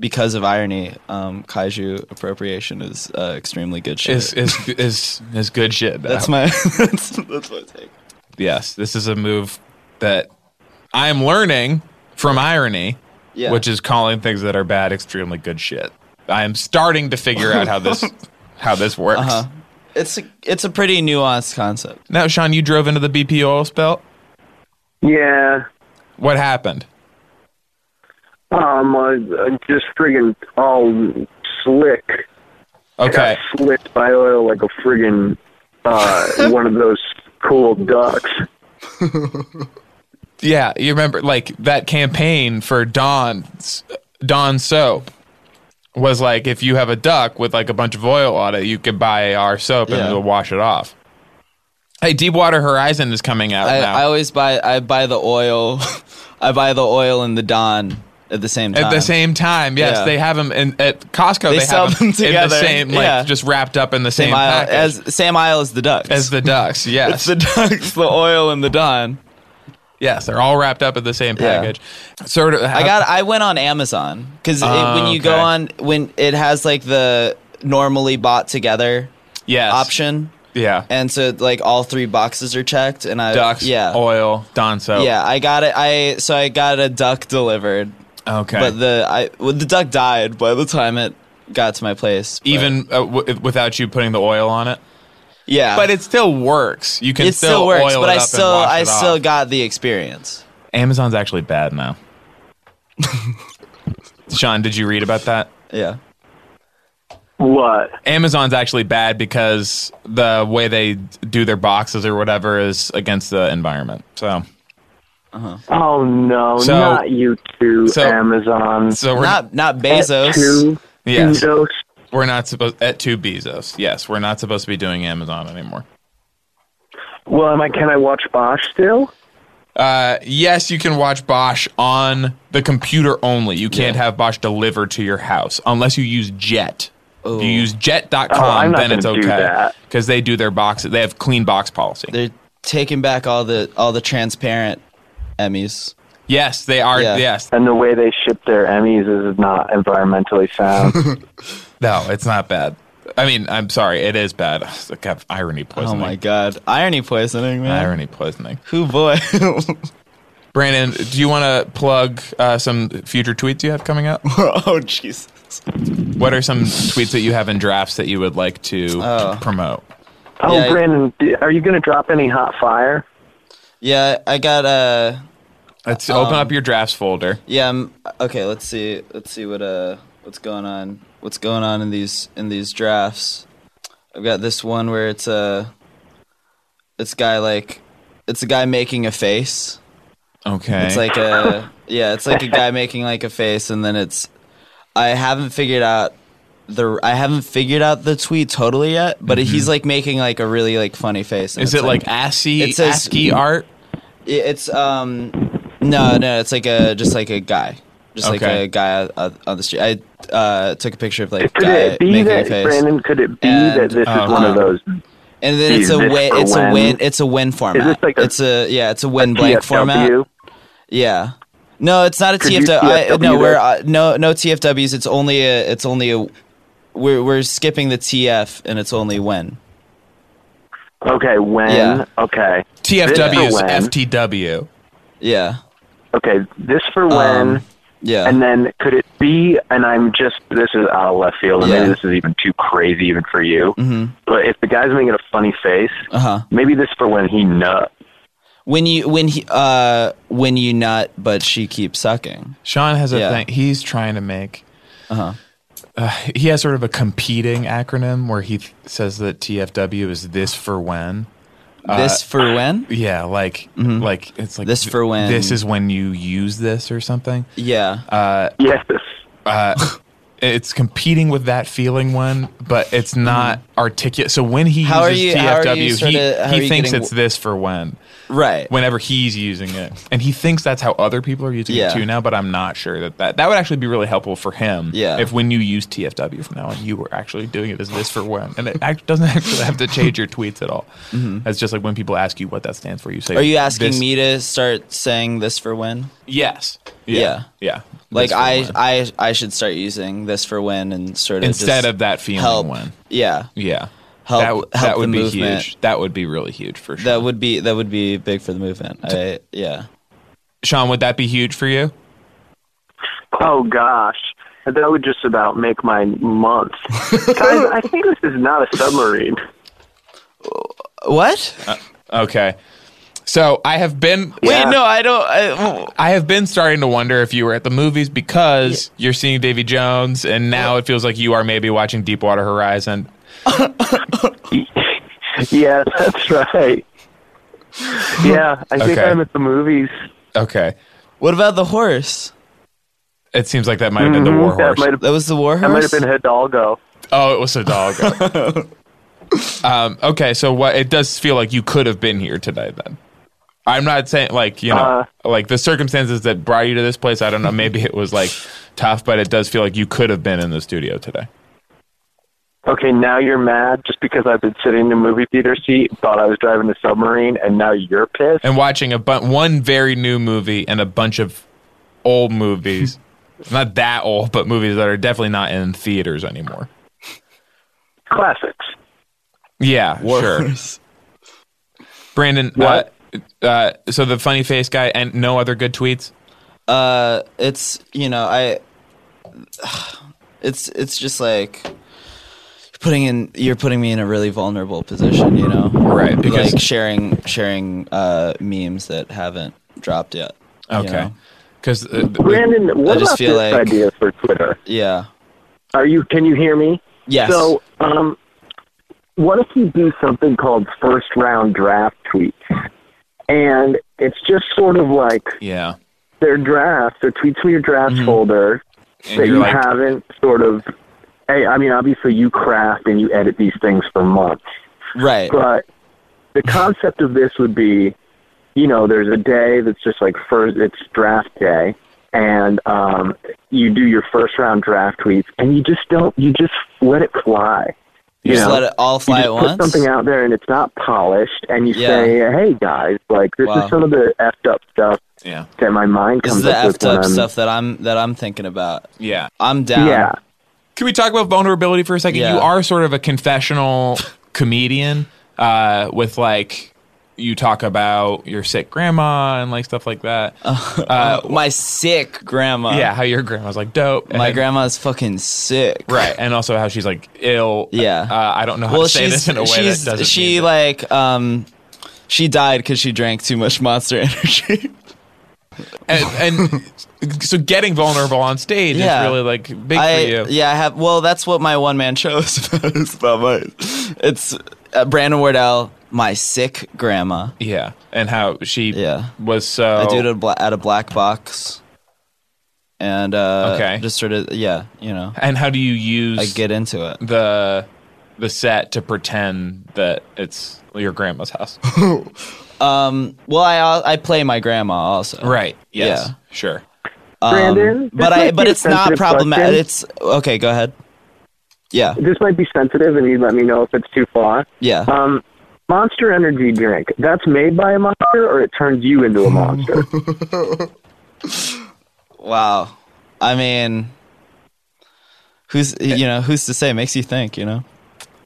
Speaker 3: because of irony, um, kaiju appropriation is uh, extremely good shit.
Speaker 1: Is is is is good shit.
Speaker 3: that's my that's, that's my take.
Speaker 1: yes. This is a move that I am learning from irony,
Speaker 3: Yeah.
Speaker 1: which is calling things that are bad extremely good shit. I am starting to figure out how this how this works.
Speaker 3: Uh-huh. it's a, it's a pretty nuanced concept.
Speaker 1: Now, Sean, you drove into the BP oil spill.
Speaker 2: Yeah.
Speaker 1: What happened?
Speaker 2: Um, I, I'm just friggin' all slick.
Speaker 1: Okay.
Speaker 2: Got slicked by oil like a friggin' uh, one of those cool ducks.
Speaker 1: Yeah, you remember like that campaign for Dawn's Dawn soap was like if you have a duck with like a bunch of oil on it, you could buy our soap and
Speaker 3: Yeah.
Speaker 1: it'll wash it off. Hey, Deepwater Horizon is coming out
Speaker 3: I,
Speaker 1: now.
Speaker 3: I always buy I buy the oil, I buy the oil and the Don at the same time.
Speaker 1: at the same time, yes,
Speaker 3: Yeah.
Speaker 1: they have them in, at Costco. They,
Speaker 3: sell
Speaker 1: have
Speaker 3: them
Speaker 1: in the
Speaker 3: together,
Speaker 1: same, like
Speaker 3: yeah.
Speaker 1: just wrapped up in the same,
Speaker 3: same aisle
Speaker 1: package as,
Speaker 3: as same aisle as the ducks.
Speaker 1: the ducks. Yes,
Speaker 3: it's the ducks, the oil, and the Don.
Speaker 1: yes, they're all wrapped up in the same
Speaker 3: Yeah.
Speaker 1: package. Sort of. uh,
Speaker 3: I got. I went on Amazon because when you go
Speaker 1: Oh, okay.
Speaker 3: on when it has like the normally bought together
Speaker 1: yes
Speaker 3: option,
Speaker 1: Yeah,
Speaker 3: and so like all three boxes are checked, and I
Speaker 1: ducks.
Speaker 3: yeah
Speaker 1: oil, Dawn soap.
Speaker 3: yeah I got it. I so I got a duck delivered,
Speaker 1: okay.
Speaker 3: but the I well, the duck died by the time it got to my place. but-
Speaker 1: even uh, w- without you putting the oil on it.
Speaker 3: yeah,
Speaker 1: But it still works. You can
Speaker 3: it
Speaker 1: still,
Speaker 3: still works.
Speaker 1: oil
Speaker 3: But
Speaker 1: it
Speaker 3: I
Speaker 1: up and
Speaker 3: still
Speaker 1: wash
Speaker 3: I
Speaker 1: it off.
Speaker 3: still got the experience.
Speaker 1: Amazon's actually bad now. Sean, did you read about that?
Speaker 3: Yeah.
Speaker 2: What?
Speaker 1: Amazon's actually bad because the way they do their boxes or whatever is against the environment. So,
Speaker 2: Oh no!
Speaker 1: So-
Speaker 2: not you two,
Speaker 1: so-
Speaker 2: Amazon.
Speaker 1: so we're
Speaker 3: Not not Bezos.
Speaker 2: Two,
Speaker 1: yes,
Speaker 2: Bezos.
Speaker 1: we're not supposed at two Bezos. Yes, we're not supposed to be doing Amazon anymore.
Speaker 2: Well, am I? Can I watch Bosch still?
Speaker 1: Uh, yes, you can watch Bosch on the computer only. You can't have Bosch delivered to your house unless you use Jet. If you use jet.com,
Speaker 2: Oh, I'm not
Speaker 1: then it's
Speaker 2: gonna do
Speaker 1: okay.
Speaker 2: that.
Speaker 1: Because they do their boxes. They have clean box policy.
Speaker 3: They're taking back all the all the transparent Emmys.
Speaker 1: yes, they are.
Speaker 3: Yeah.
Speaker 1: Yes.
Speaker 2: And the way they ship their Emmys is not environmentally sound.
Speaker 1: No, it's not bad. I mean, I'm sorry. It is bad. I have irony
Speaker 3: Oh
Speaker 1: poisoning.
Speaker 3: my god, irony poisoning, man.
Speaker 1: Irony poisoning.
Speaker 3: Who boy?
Speaker 1: Brandon, do you want to plug uh, some future tweets you have coming up?
Speaker 3: oh Jesus.
Speaker 1: what are some tweets that you have in drafts that you would like to
Speaker 3: Oh.
Speaker 1: promote?
Speaker 2: oh,
Speaker 3: Yeah.
Speaker 2: Brandon, d- are you going to drop any hot fire?
Speaker 3: Yeah, I got uh
Speaker 1: Let's open up your drafts folder.
Speaker 3: yeah, I'm, okay, let's see. Let's see what uh what's going on. What's going on in these in these drafts. I've got this one where it's uh it's guy like it's a guy making a face.
Speaker 1: Okay.
Speaker 3: It's like a yeah, it's like a guy making like a face, and then it's I haven't figured out the I haven't figured out the tweet totally yet, but he's like making like a really like funny face. and
Speaker 1: Mm-hmm. Is
Speaker 3: it's
Speaker 1: it like ASCII,
Speaker 3: it says-
Speaker 1: ASCII art?
Speaker 3: i- it's um no no it's like a just like a guy just like
Speaker 1: Okay.
Speaker 3: a guy out- out on the street. I uh, took a picture of like
Speaker 2: Could
Speaker 3: guy
Speaker 2: it be
Speaker 3: making a
Speaker 2: that
Speaker 3: face,
Speaker 2: Brandon? Could it be
Speaker 3: And,
Speaker 2: that this
Speaker 1: uh,
Speaker 2: is one of those?
Speaker 3: and then it's
Speaker 2: Is
Speaker 3: a
Speaker 2: this
Speaker 3: win
Speaker 2: for
Speaker 3: it's a
Speaker 2: when?
Speaker 3: win it's a win format.
Speaker 2: like a-
Speaker 3: it's a yeah it's a win blank
Speaker 2: TFW?
Speaker 3: format. Yeah. No, it's not a
Speaker 2: you
Speaker 3: TFW. I,
Speaker 2: TFW
Speaker 3: no,
Speaker 2: that?
Speaker 3: we're uh, no no TFWs. It's only a it's only a we're we're skipping the TF and it's only when.
Speaker 2: Okay, when?
Speaker 3: Yeah.
Speaker 2: Okay.
Speaker 1: TFW
Speaker 2: This
Speaker 1: is
Speaker 2: for when.
Speaker 1: FTW.
Speaker 3: Yeah.
Speaker 2: Okay, this for when.
Speaker 3: Um, Yeah.
Speaker 2: and then could it be? And I'm just this is out of left field, and
Speaker 3: Yeah. Mm-hmm.
Speaker 2: maybe this is even too crazy even for you. But if the guy's making a funny face,
Speaker 3: uh-huh.
Speaker 2: maybe this for when he nut.
Speaker 3: When you when he uh when you nut but she keeps sucking.
Speaker 1: Sean has a
Speaker 3: Yeah. Uh-huh.
Speaker 1: thing. He's trying to make. Uh, he has sort of a competing acronym where he th- says that TFW is this for when.
Speaker 3: this for when?
Speaker 1: Yeah, like like it's like
Speaker 3: Mm-hmm. This for when-
Speaker 1: This is when you use this or something.
Speaker 3: Yeah.
Speaker 1: Uh,
Speaker 2: Yes.
Speaker 1: It's competing with that feeling when, but it's not articulate. So when he
Speaker 3: How are
Speaker 1: uses
Speaker 3: you- Mm-hmm. how are
Speaker 1: TFW,
Speaker 3: you sorta- how
Speaker 1: he,
Speaker 3: are
Speaker 1: he
Speaker 3: you
Speaker 1: thinks
Speaker 3: getting-
Speaker 1: it's this for when.
Speaker 3: Right.
Speaker 1: whenever he's using it. And he thinks that's how other people are using
Speaker 3: Yeah.
Speaker 1: it too now, but I'm not sure that, that that would actually be really helpful for him.
Speaker 3: Yeah.
Speaker 1: If when you use TFW from now on, you were actually doing it as this for when. And it act- doesn't actually have to change your tweets at all. It's just like when people ask you what that stands for, you say,
Speaker 3: Mm-hmm. Are you asking
Speaker 1: this-
Speaker 3: me to start saying this for when?
Speaker 1: Yes.
Speaker 3: Yeah.
Speaker 1: Yeah.
Speaker 3: Like
Speaker 1: This for
Speaker 3: I,
Speaker 1: when.
Speaker 3: I, I should start using this for when and sort of
Speaker 1: instead
Speaker 3: just
Speaker 1: of that feeling
Speaker 3: help.
Speaker 1: when.
Speaker 3: Yeah,
Speaker 1: Yeah.
Speaker 3: Help-
Speaker 1: that, w-
Speaker 3: help
Speaker 1: that
Speaker 3: the
Speaker 1: would be
Speaker 3: movement.
Speaker 1: huge. That would be really huge for sure.
Speaker 3: that would be that would be big for the movement. I, yeah.
Speaker 1: Sean, would that be huge for you?
Speaker 2: Oh gosh, that would just about make my month. Guys, I think this is not a submarine.
Speaker 3: What?
Speaker 1: Okay. So I have been
Speaker 3: Wait, no, I don't. I,
Speaker 1: I have been starting to wonder if you were at the movies because you're seeing Davy Jones, and now it feels like you are maybe watching Deepwater Horizon.
Speaker 2: Yeah, that's right. Yeah, I think
Speaker 1: Okay.
Speaker 2: I'm at the movies.
Speaker 1: Okay,
Speaker 3: what about the horse?
Speaker 1: it seems like that might have been the war
Speaker 2: Mm-hmm. That
Speaker 1: horse.
Speaker 2: might have,
Speaker 3: That was the war
Speaker 2: that might have
Speaker 3: horse.
Speaker 2: been Hidalgo.
Speaker 1: Oh, it was a dog. um, okay, so what? It does feel like you could have been here today. Then I'm not saying like you know like the circumstances that brought you to this place. I don't know. Maybe it was like tough, but it does feel like you could have been in the studio today.
Speaker 2: Okay, now you're mad just because I've been sitting in a movie theater seat, thought I was driving a submarine, and now you're pissed.
Speaker 1: and watching a bu- one very new movie and a bunch of old movies. not that old, but movies that are definitely not in theaters anymore.
Speaker 2: Classics.
Speaker 1: Yeah,
Speaker 3: war
Speaker 1: sure.
Speaker 3: horse.
Speaker 1: Brandon,
Speaker 2: What?
Speaker 1: Uh, uh, so the funny face guy and no other good tweets.
Speaker 3: Uh, it's you know I. It's it's just like putting in you're putting me in a really vulnerable position. You know,
Speaker 1: Right, because-
Speaker 3: like sharing sharing uh, memes that haven't dropped yet. you
Speaker 1: Okay, uh,
Speaker 3: know?
Speaker 1: because
Speaker 2: Brandon, what
Speaker 3: just
Speaker 2: about
Speaker 3: feel
Speaker 2: this
Speaker 3: like-
Speaker 2: idea for Twitter?
Speaker 3: Yeah.
Speaker 2: Are you? Can you hear me?
Speaker 3: Yes.
Speaker 2: So, um, what if you do something called first round draft tweets? And it's just sort of like
Speaker 1: yeah, Mm-hmm.
Speaker 2: their drafts, their tweets from your draft folder
Speaker 1: and you're
Speaker 2: that you
Speaker 1: like,
Speaker 2: haven't sort of. Hey, I mean, obviously you craft and you edit these things for months,
Speaker 3: right.
Speaker 2: but the concept of this would be, you know, there's a day that's just like first, it's draft day, and um, you do your first round draft tweets, and you just don't, you just let it fly.
Speaker 3: You
Speaker 2: you
Speaker 3: just
Speaker 2: know,
Speaker 3: let it all
Speaker 2: you
Speaker 3: fly
Speaker 2: just
Speaker 3: at
Speaker 2: put
Speaker 3: once.
Speaker 2: something out there and it's not polished, and you
Speaker 3: Yeah.
Speaker 2: say, "Hey guys, like this
Speaker 3: Wow.
Speaker 2: is some of the effed up stuff
Speaker 1: yeah,
Speaker 2: that my mind
Speaker 3: This
Speaker 2: comes
Speaker 3: is the
Speaker 2: up with
Speaker 3: effed
Speaker 2: when
Speaker 3: up
Speaker 2: I'm-
Speaker 3: stuff that I'm that I'm thinking about.
Speaker 1: yeah.
Speaker 3: I'm down.
Speaker 2: Yeah,
Speaker 1: Can we talk about vulnerability for a second?
Speaker 3: Yeah.
Speaker 1: You are sort of a confessional comedian uh, with like you talk about your sick grandma and like stuff like that.
Speaker 3: Uh, my sick grandma.
Speaker 1: yeah, how your grandma's like dope.
Speaker 3: My
Speaker 1: and-
Speaker 3: grandma's fucking sick.
Speaker 1: right? And also how she's like ill.
Speaker 3: Yeah.
Speaker 1: uh, I don't know how
Speaker 3: Well,
Speaker 1: to say
Speaker 3: she's
Speaker 1: this in a way
Speaker 3: she's
Speaker 1: that doesn't.
Speaker 3: she
Speaker 1: mean-
Speaker 3: like um she died because she drank too much Monster Energy.
Speaker 1: and, and so getting vulnerable on stage
Speaker 3: Yeah.
Speaker 1: is really like big
Speaker 3: I,
Speaker 1: for you.
Speaker 3: Yeah, I have. Well, that's what my one man show is about. It's about my. It's uh, Brandon Wardell, my sick grandma.
Speaker 1: Yeah, and how she
Speaker 3: Yeah.
Speaker 1: was so
Speaker 3: I do it at a, bla- at a black box, and uh,
Speaker 1: Okay.
Speaker 3: just sort of yeah, you know,
Speaker 1: and how do you use
Speaker 3: I get into it.
Speaker 1: the the set to pretend that it's your grandma's house?
Speaker 3: Well, I al- I play my grandma also.
Speaker 1: right. Yes.
Speaker 3: Yeah.
Speaker 1: Sure.
Speaker 2: Brandon, this
Speaker 3: Um, But I
Speaker 2: might
Speaker 3: but
Speaker 2: be a
Speaker 3: it's not
Speaker 2: sensitive
Speaker 3: problematic.
Speaker 2: question.
Speaker 3: It's okay. Go ahead. Yeah.
Speaker 2: This might be sensitive, and you let me know if it's too far.
Speaker 3: Yeah.
Speaker 2: Um, Monster Energy drink. That's made by a monster, or it turns you into a monster.
Speaker 3: Wow. I mean, who's
Speaker 1: Eh.
Speaker 3: you know who's to say? Makes you think. You know.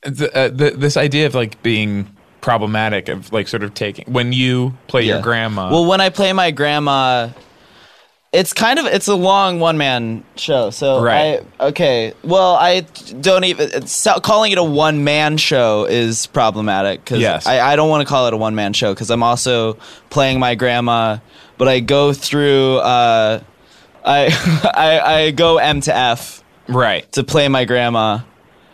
Speaker 1: the, uh, the, this idea of like being problematic of like sort of taking when you play
Speaker 3: Yeah.
Speaker 1: your grandma.
Speaker 3: Well, when I play my grandma, it's kind of it's a long one man show. So
Speaker 1: Right.
Speaker 3: I okay. Well, I don't even it's- so- calling it a one man show is problematic because
Speaker 1: Yes.
Speaker 3: I, I don't want to call it a one man show because I'm also playing my grandma, but I go through uh, I, I I go M to F
Speaker 1: right.
Speaker 3: to play my grandma.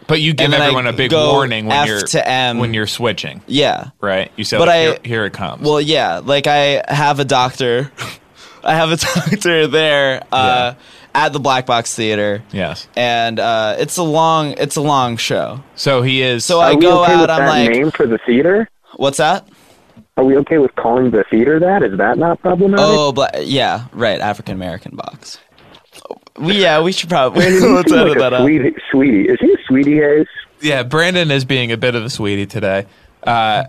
Speaker 1: But you give
Speaker 3: And then I
Speaker 1: everyone a big
Speaker 3: go
Speaker 1: warning when
Speaker 3: F
Speaker 1: you're
Speaker 3: to M.
Speaker 1: when you're switching,
Speaker 3: Yeah.
Speaker 1: right? You say,
Speaker 3: But
Speaker 1: like,
Speaker 3: I-
Speaker 1: here, here it comes.
Speaker 3: Well, yeah, like I have a doctor. I have a doctor there uh, at the Black Box Theater,
Speaker 1: yes.
Speaker 3: and uh, it's a long it's a long show.
Speaker 1: So he is.
Speaker 3: So
Speaker 2: Are
Speaker 3: I
Speaker 2: we
Speaker 3: go
Speaker 2: okay
Speaker 3: out.
Speaker 2: with
Speaker 3: I'm
Speaker 2: that
Speaker 3: like,
Speaker 2: name for the theater?
Speaker 3: what's that?
Speaker 2: Are we okay with calling the theater that? Is that not problematic?
Speaker 3: Oh, but yeah, right, African American box. We, yeah, we should probably
Speaker 2: I mean, you
Speaker 3: let's
Speaker 2: seem
Speaker 3: edit
Speaker 2: like
Speaker 3: that
Speaker 2: a
Speaker 3: out.
Speaker 2: sweetie, sweetie. Is he a sweetie Hayes?
Speaker 1: Yeah, Brandon is being a bit of a sweetie today. Uh,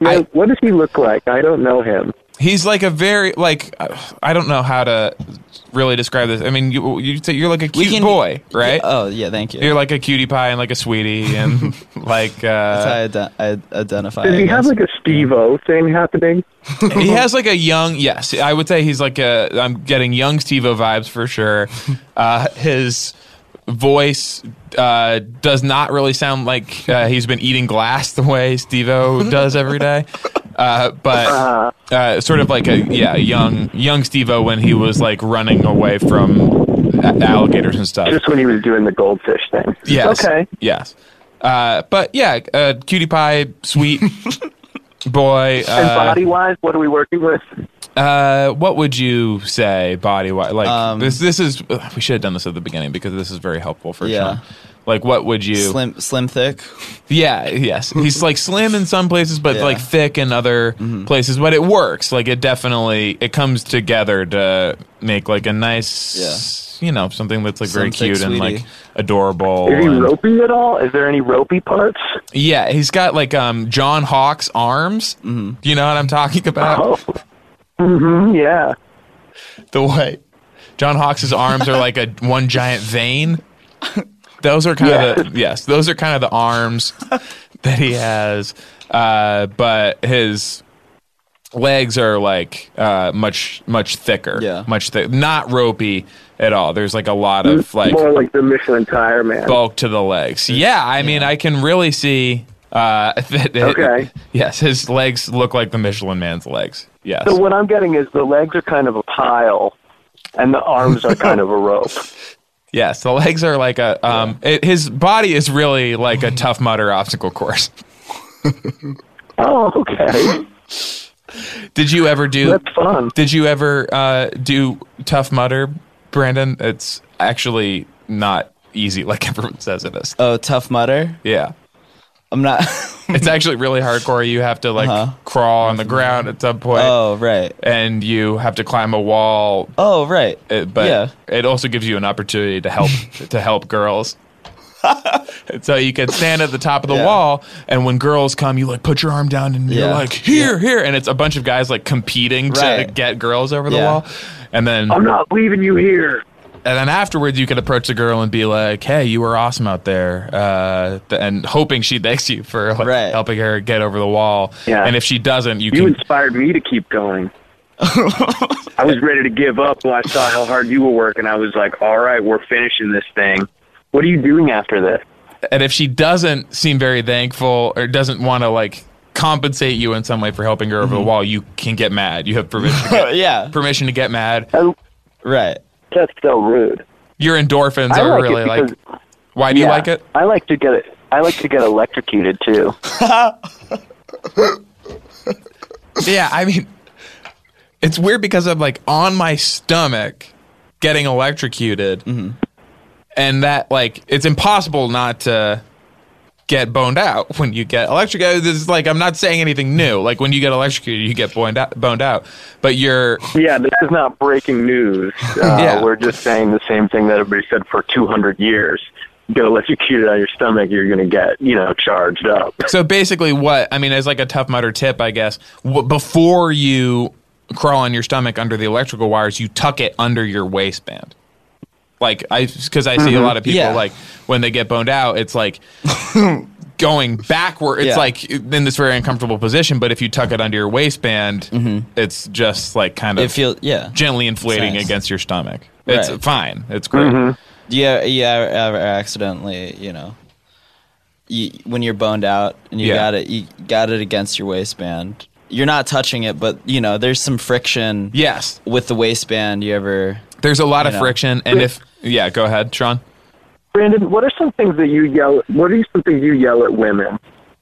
Speaker 2: Man, what does he look like? I don't know him.
Speaker 1: he's like a very like uh, I don't know how to really describe this. I mean, you you say you're like a cute
Speaker 3: can-
Speaker 1: boy, right?
Speaker 3: Oh yeah, thank you.
Speaker 1: You're like a cutie pie and like a sweetie and like
Speaker 3: That's how
Speaker 1: uh,
Speaker 3: I, ident- I identify.
Speaker 2: Does
Speaker 3: I
Speaker 2: he have
Speaker 3: guess.
Speaker 2: like a Steve O thing happening?
Speaker 1: he has like a young yes. I would say he's like a I'm getting young Steve-O vibes for sure. Uh, his voice uh, does not really sound like uh, he's been eating glass the way Steve-O does every day. Uh, but uh, sort of like a yeah young young Steve-O when he was like running away from a- alligators and stuff.
Speaker 2: Just when he was doing the goldfish thing.
Speaker 1: Yes.
Speaker 2: Okay.
Speaker 1: Yes. Uh, but yeah, uh, cutie pie, sweet boy.
Speaker 2: And
Speaker 1: Uh,
Speaker 2: body wise, what are we working with?
Speaker 1: uh, what would you say body wise? Like
Speaker 3: Um,
Speaker 1: this. This is ugh, we should have done this at the beginning because this is very helpful for
Speaker 3: Yeah.
Speaker 1: Sean. Like what would you?
Speaker 3: slim, slim, thick.
Speaker 1: Yeah. Yes. He's like slim in some places, but
Speaker 3: Yeah. Mm-hmm.
Speaker 1: like thick in other places. But it works. Like it definitely it comes together to make like a nice. You know, something that's like very
Speaker 3: Slim, thick
Speaker 1: cute and
Speaker 3: sweetie.
Speaker 1: like adorable.
Speaker 2: Is he
Speaker 1: and-
Speaker 2: ropey at all? Is there any ropey parts?
Speaker 1: Yeah, he's got like um John Hawk's arms.
Speaker 3: Mm-hmm.
Speaker 1: Do you know what I'm talking about?
Speaker 2: Oh. Mm-hmm, yeah.
Speaker 1: The way John Hawk's arms are like a one giant vein. Those are kind of the yes, those are kind of the arms that he has. Uh, but his legs are like uh, much much thicker.
Speaker 3: Yeah.
Speaker 1: much thick, not ropey at all. There's like a lot of like
Speaker 2: More like the Michelin tire man.
Speaker 1: bulk to the legs. Yeah, I mean, I can really see. Uh, that it-
Speaker 2: Okay.
Speaker 1: yes, his legs look like the Michelin Man's legs. Yes.
Speaker 2: So what I'm getting is the legs are kind of a pile, and the arms are kind of a rope.
Speaker 1: yes, the legs are like a. Um, it, his body is really like a tough mutter obstacle course.
Speaker 2: Oh, okay.
Speaker 1: Did you ever do?
Speaker 2: That's fun.
Speaker 1: Did you ever uh, do tough mutter, Brandon? It's actually not easy, like everyone says it is.
Speaker 3: Oh, tough mutter.
Speaker 1: Yeah.
Speaker 3: I'm not.
Speaker 1: It's actually really hardcore. You have to like
Speaker 3: Uh-huh.
Speaker 1: crawl on the ground at some point,
Speaker 3: oh right.
Speaker 1: and you have to climb a wall
Speaker 3: Oh right.
Speaker 1: it, Uh, but
Speaker 3: yeah.
Speaker 1: it also gives you an opportunity to help to help girls. And so you can stand at the top of the
Speaker 3: Yeah.
Speaker 1: wall, and when girls come, you like put your arm down and you're
Speaker 3: Yeah.
Speaker 1: like here, here, and it's a bunch of guys like competing to
Speaker 3: Right.
Speaker 1: get girls over the
Speaker 3: Yeah.
Speaker 1: wall, and then
Speaker 2: I'm
Speaker 1: and
Speaker 2: not leaving you here.
Speaker 1: then afterwards you can approach the girl and be like, hey, you were awesome out there, uh, th- and hoping she thanks you for like,
Speaker 3: Right.
Speaker 1: helping her get over the wall.
Speaker 2: Yeah.
Speaker 1: And if she doesn't, you,
Speaker 2: You
Speaker 1: can
Speaker 2: inspired me to keep going. I was ready to give up when I saw how hard you were working. I was like, all right, we're finishing this thing. What are you doing after this?
Speaker 1: and if she doesn't seem very thankful or doesn't want to like compensate you in some way for helping her
Speaker 2: Mm-hmm.
Speaker 1: over the wall, you can get mad. You have permission to get,
Speaker 3: yeah.
Speaker 1: permission to get mad.
Speaker 2: Oh,
Speaker 3: Right.
Speaker 2: that's so rude.
Speaker 1: Your endorphins
Speaker 2: I
Speaker 1: are
Speaker 2: like it
Speaker 1: really like.
Speaker 2: because-
Speaker 1: Why do you
Speaker 2: Yeah.
Speaker 1: like it?
Speaker 2: I like to get it. I like to get electrocuted too.
Speaker 1: Yeah, I mean, it's weird because I'm like on my stomach, getting electrocuted,
Speaker 2: Mm-hmm.
Speaker 1: and that like it's impossible not to get boned out when you get electrocuted. This is like I'm not saying anything new. Like when you get electrocuted, you get boned out, boned out. But you're
Speaker 2: Yeah, this is not breaking news. Uh,
Speaker 1: Yeah.
Speaker 2: We're just saying the same thing that everybody said for 200 years. You get electrocuted on your stomach, you're going to get, you know, charged up.
Speaker 1: So basically, what I mean is like a tough mutter tip, I guess. W- before you crawl on your stomach under the electrical wires, you tuck it under your waistband. Like I, because I see a lot of people
Speaker 3: Mm-hmm. Yeah.
Speaker 1: like when they get boned out, it's like going backward. It's
Speaker 3: Yeah.
Speaker 1: like in this very uncomfortable position. But if you tuck it under your waistband, it's just like kind of
Speaker 3: Mm-hmm. It feels yeah.
Speaker 1: gently inflating
Speaker 3: nice.
Speaker 1: against your stomach. It's
Speaker 3: Right. Mm-hmm.
Speaker 1: fine. It's great.
Speaker 3: Yeah, yeah, ever, ever accidentally, you know, you, when you're boned out and you
Speaker 1: Yeah.
Speaker 3: got it, you got it against your waistband. You're not touching it, but you know, there's some friction.
Speaker 1: Yes,
Speaker 3: with the waistband, you ever?
Speaker 1: there's a lot of
Speaker 3: know.
Speaker 1: friction, and if yeah, go ahead, Sean.
Speaker 2: Brandon, what are some things that you yell? What are some things you yell at women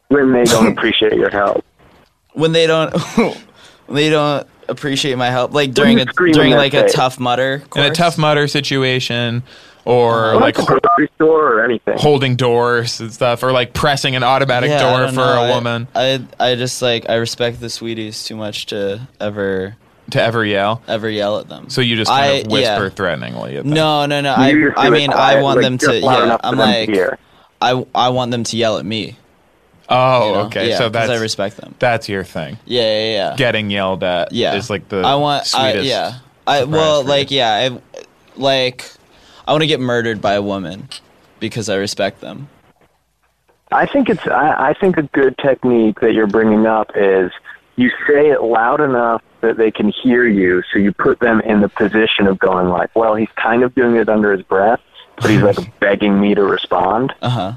Speaker 2: when they don't appreciate your help?
Speaker 3: when they don't when they don't appreciate my help, like during a
Speaker 2: Doesn't scream
Speaker 3: during
Speaker 2: in
Speaker 3: like
Speaker 2: their
Speaker 3: a
Speaker 2: face.
Speaker 3: tough mutter.
Speaker 1: in
Speaker 3: Course. Uh-huh.
Speaker 1: a tough mutter situation, or
Speaker 2: Or
Speaker 1: like
Speaker 2: the grocery store or anything.
Speaker 1: holding doors and stuff, or like pressing an automatic
Speaker 3: Yeah, I
Speaker 1: door
Speaker 3: don't
Speaker 1: for
Speaker 3: know.
Speaker 1: a
Speaker 3: I-
Speaker 1: woman
Speaker 3: I, I just like I respect the sweeties too much to ever
Speaker 1: to ever yell.
Speaker 3: ever yell at them.
Speaker 1: So you just kind
Speaker 3: I-
Speaker 1: of whisper
Speaker 3: yeah.
Speaker 1: threateningly. At them.
Speaker 3: No, no,
Speaker 2: You
Speaker 3: no. I
Speaker 2: just do
Speaker 3: I
Speaker 2: it
Speaker 3: mean I
Speaker 2: quiet,
Speaker 3: want
Speaker 2: like,
Speaker 3: them
Speaker 2: just
Speaker 3: to.
Speaker 2: loud
Speaker 3: Yeah,
Speaker 2: enough for
Speaker 3: I'm
Speaker 2: them to
Speaker 3: like
Speaker 2: hear.
Speaker 3: I I want them to yell at me.
Speaker 1: Oh,
Speaker 3: you know?
Speaker 1: okay.
Speaker 3: Yeah,
Speaker 1: so
Speaker 3: 'cause
Speaker 1: that's
Speaker 3: I respect them.
Speaker 1: that's your thing.
Speaker 3: Yeah, yeah, yeah.
Speaker 1: Getting yelled at
Speaker 3: yeah
Speaker 1: is like the
Speaker 3: i want
Speaker 1: sweetest.
Speaker 3: I, yeah i well
Speaker 1: for
Speaker 3: like yeah i like i want to get murdered by a woman because i respect them
Speaker 2: I think it's. I, I think a good technique that you're bringing up is you say it loud enough that they can hear you, so you put them in the position of going like, "Well, he's kind of doing it under his breath, but he's like begging me to respond."
Speaker 3: uh-huh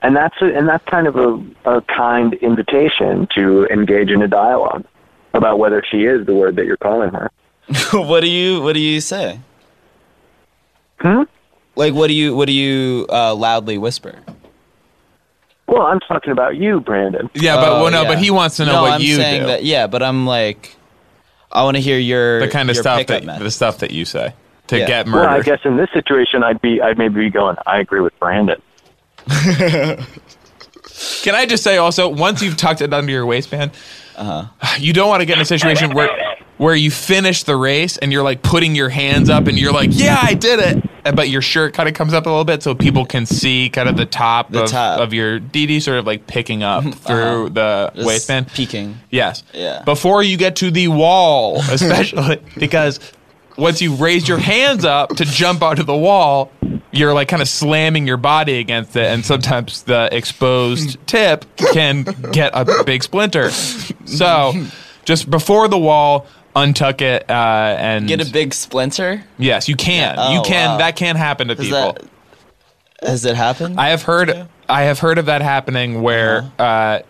Speaker 2: And that's a, and that's kind of a, a kind invitation to engage in a dialogue about whether she is the word that you're calling her.
Speaker 3: what do you what do you say
Speaker 2: Hmm?
Speaker 3: like what do you what do you uh loudly whisper
Speaker 2: Well, I'm talking about you, Brandon.
Speaker 1: Yeah, but
Speaker 3: Oh,
Speaker 1: well, no,
Speaker 3: yeah.
Speaker 1: but he wants to know
Speaker 3: no,
Speaker 1: what
Speaker 3: I'm
Speaker 1: you
Speaker 3: saying
Speaker 1: do.
Speaker 3: that yeah but i'm like i want to hear your
Speaker 1: the kind of
Speaker 3: your
Speaker 1: stuff
Speaker 3: pickup
Speaker 1: that
Speaker 3: method.
Speaker 1: the stuff that you say to
Speaker 3: Yeah.
Speaker 1: get
Speaker 2: Well, I
Speaker 1: murdered.
Speaker 2: guess in this situation, I'd be I'd maybe be going. I agree with Brandon.
Speaker 1: Can I just say also, once you've tucked it under your waistband,
Speaker 3: Uh-huh.
Speaker 1: you don't want to get in a situation where where you finish the race and you're like putting your hands up and you're like, yeah, I did it. Uh, But your shirt kind of comes up a little bit so people can see kind of the top,
Speaker 3: The
Speaker 1: of,
Speaker 3: top. Uh-huh.
Speaker 1: of your DD sort of like picking up through the
Speaker 3: Just
Speaker 1: waistband.
Speaker 3: peeking
Speaker 1: Yes.
Speaker 3: Yeah.
Speaker 1: Before you get to the wall, especially because once you raise your hands up to jump onto the wall, you're like kind of slamming your body against it, and sometimes the exposed tip can get a big splinter. So, just before the wall, untuck it uh, and
Speaker 3: get a big splinter
Speaker 1: Yes, you can.
Speaker 3: Yeah.
Speaker 1: you
Speaker 3: Oh,
Speaker 1: can.
Speaker 3: wow.
Speaker 1: That can happen to
Speaker 3: Does
Speaker 1: people.
Speaker 3: that has it happened
Speaker 1: I have heard I have heard of that happening where
Speaker 3: Uh-huh.
Speaker 1: uh,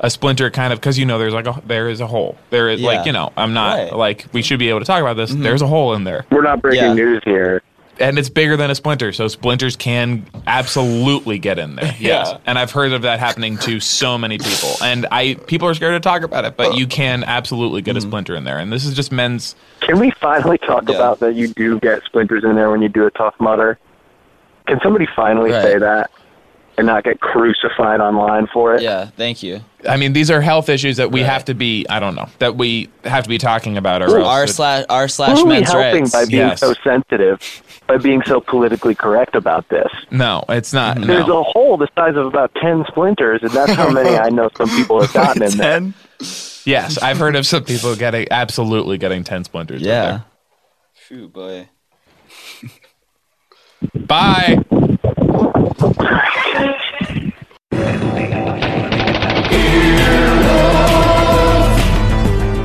Speaker 1: a splinter kind of because you know there's like a there is a hole there is
Speaker 3: Yeah.
Speaker 1: like you know I'm not
Speaker 3: Right. Mm-hmm.
Speaker 1: like we should be able to talk about this there's a hole in there
Speaker 2: We're not breaking
Speaker 3: Yeah.
Speaker 2: news here.
Speaker 1: and it's bigger than a splinter so splinters can absolutely get in there yes
Speaker 3: Yeah.
Speaker 1: and I've heard of that happening to so many people and I people are scared to talk about it but you can absolutely
Speaker 3: Mm-hmm.
Speaker 1: get a splinter in there and this is just men's
Speaker 2: Can we finally talk
Speaker 3: Yeah.
Speaker 2: about that you do get splinters in there when you do a tough mutter? Can somebody finally
Speaker 3: Right.
Speaker 2: say that and not get crucified online for it?
Speaker 3: yeah thank you
Speaker 1: I mean these are health issues that we have to be I don't know that we have to be talking about or else
Speaker 3: r
Speaker 1: it-
Speaker 3: slash r
Speaker 2: Who
Speaker 3: slash
Speaker 2: are we
Speaker 3: men's
Speaker 2: helping
Speaker 3: rights
Speaker 2: by being
Speaker 1: Yes.
Speaker 2: so sensitive, by being so politically correct about this?
Speaker 1: no it's not
Speaker 3: Mm-hmm.
Speaker 1: no.
Speaker 2: There's a hole the size of about 10 splinters, and that's how many I know some people have gotten in there.
Speaker 1: Yes, I've heard of some people getting absolutely getting ten splinters. in
Speaker 3: Yeah. Phew, boy.
Speaker 1: there. Bye.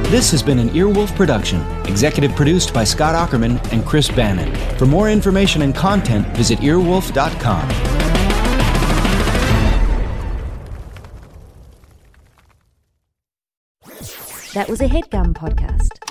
Speaker 7: This has been an Earwolf production, executive produced by Scott Ackerman and Chris Bannon. For more information and content, visit earwolf.com.
Speaker 8: That was a headgum podcast.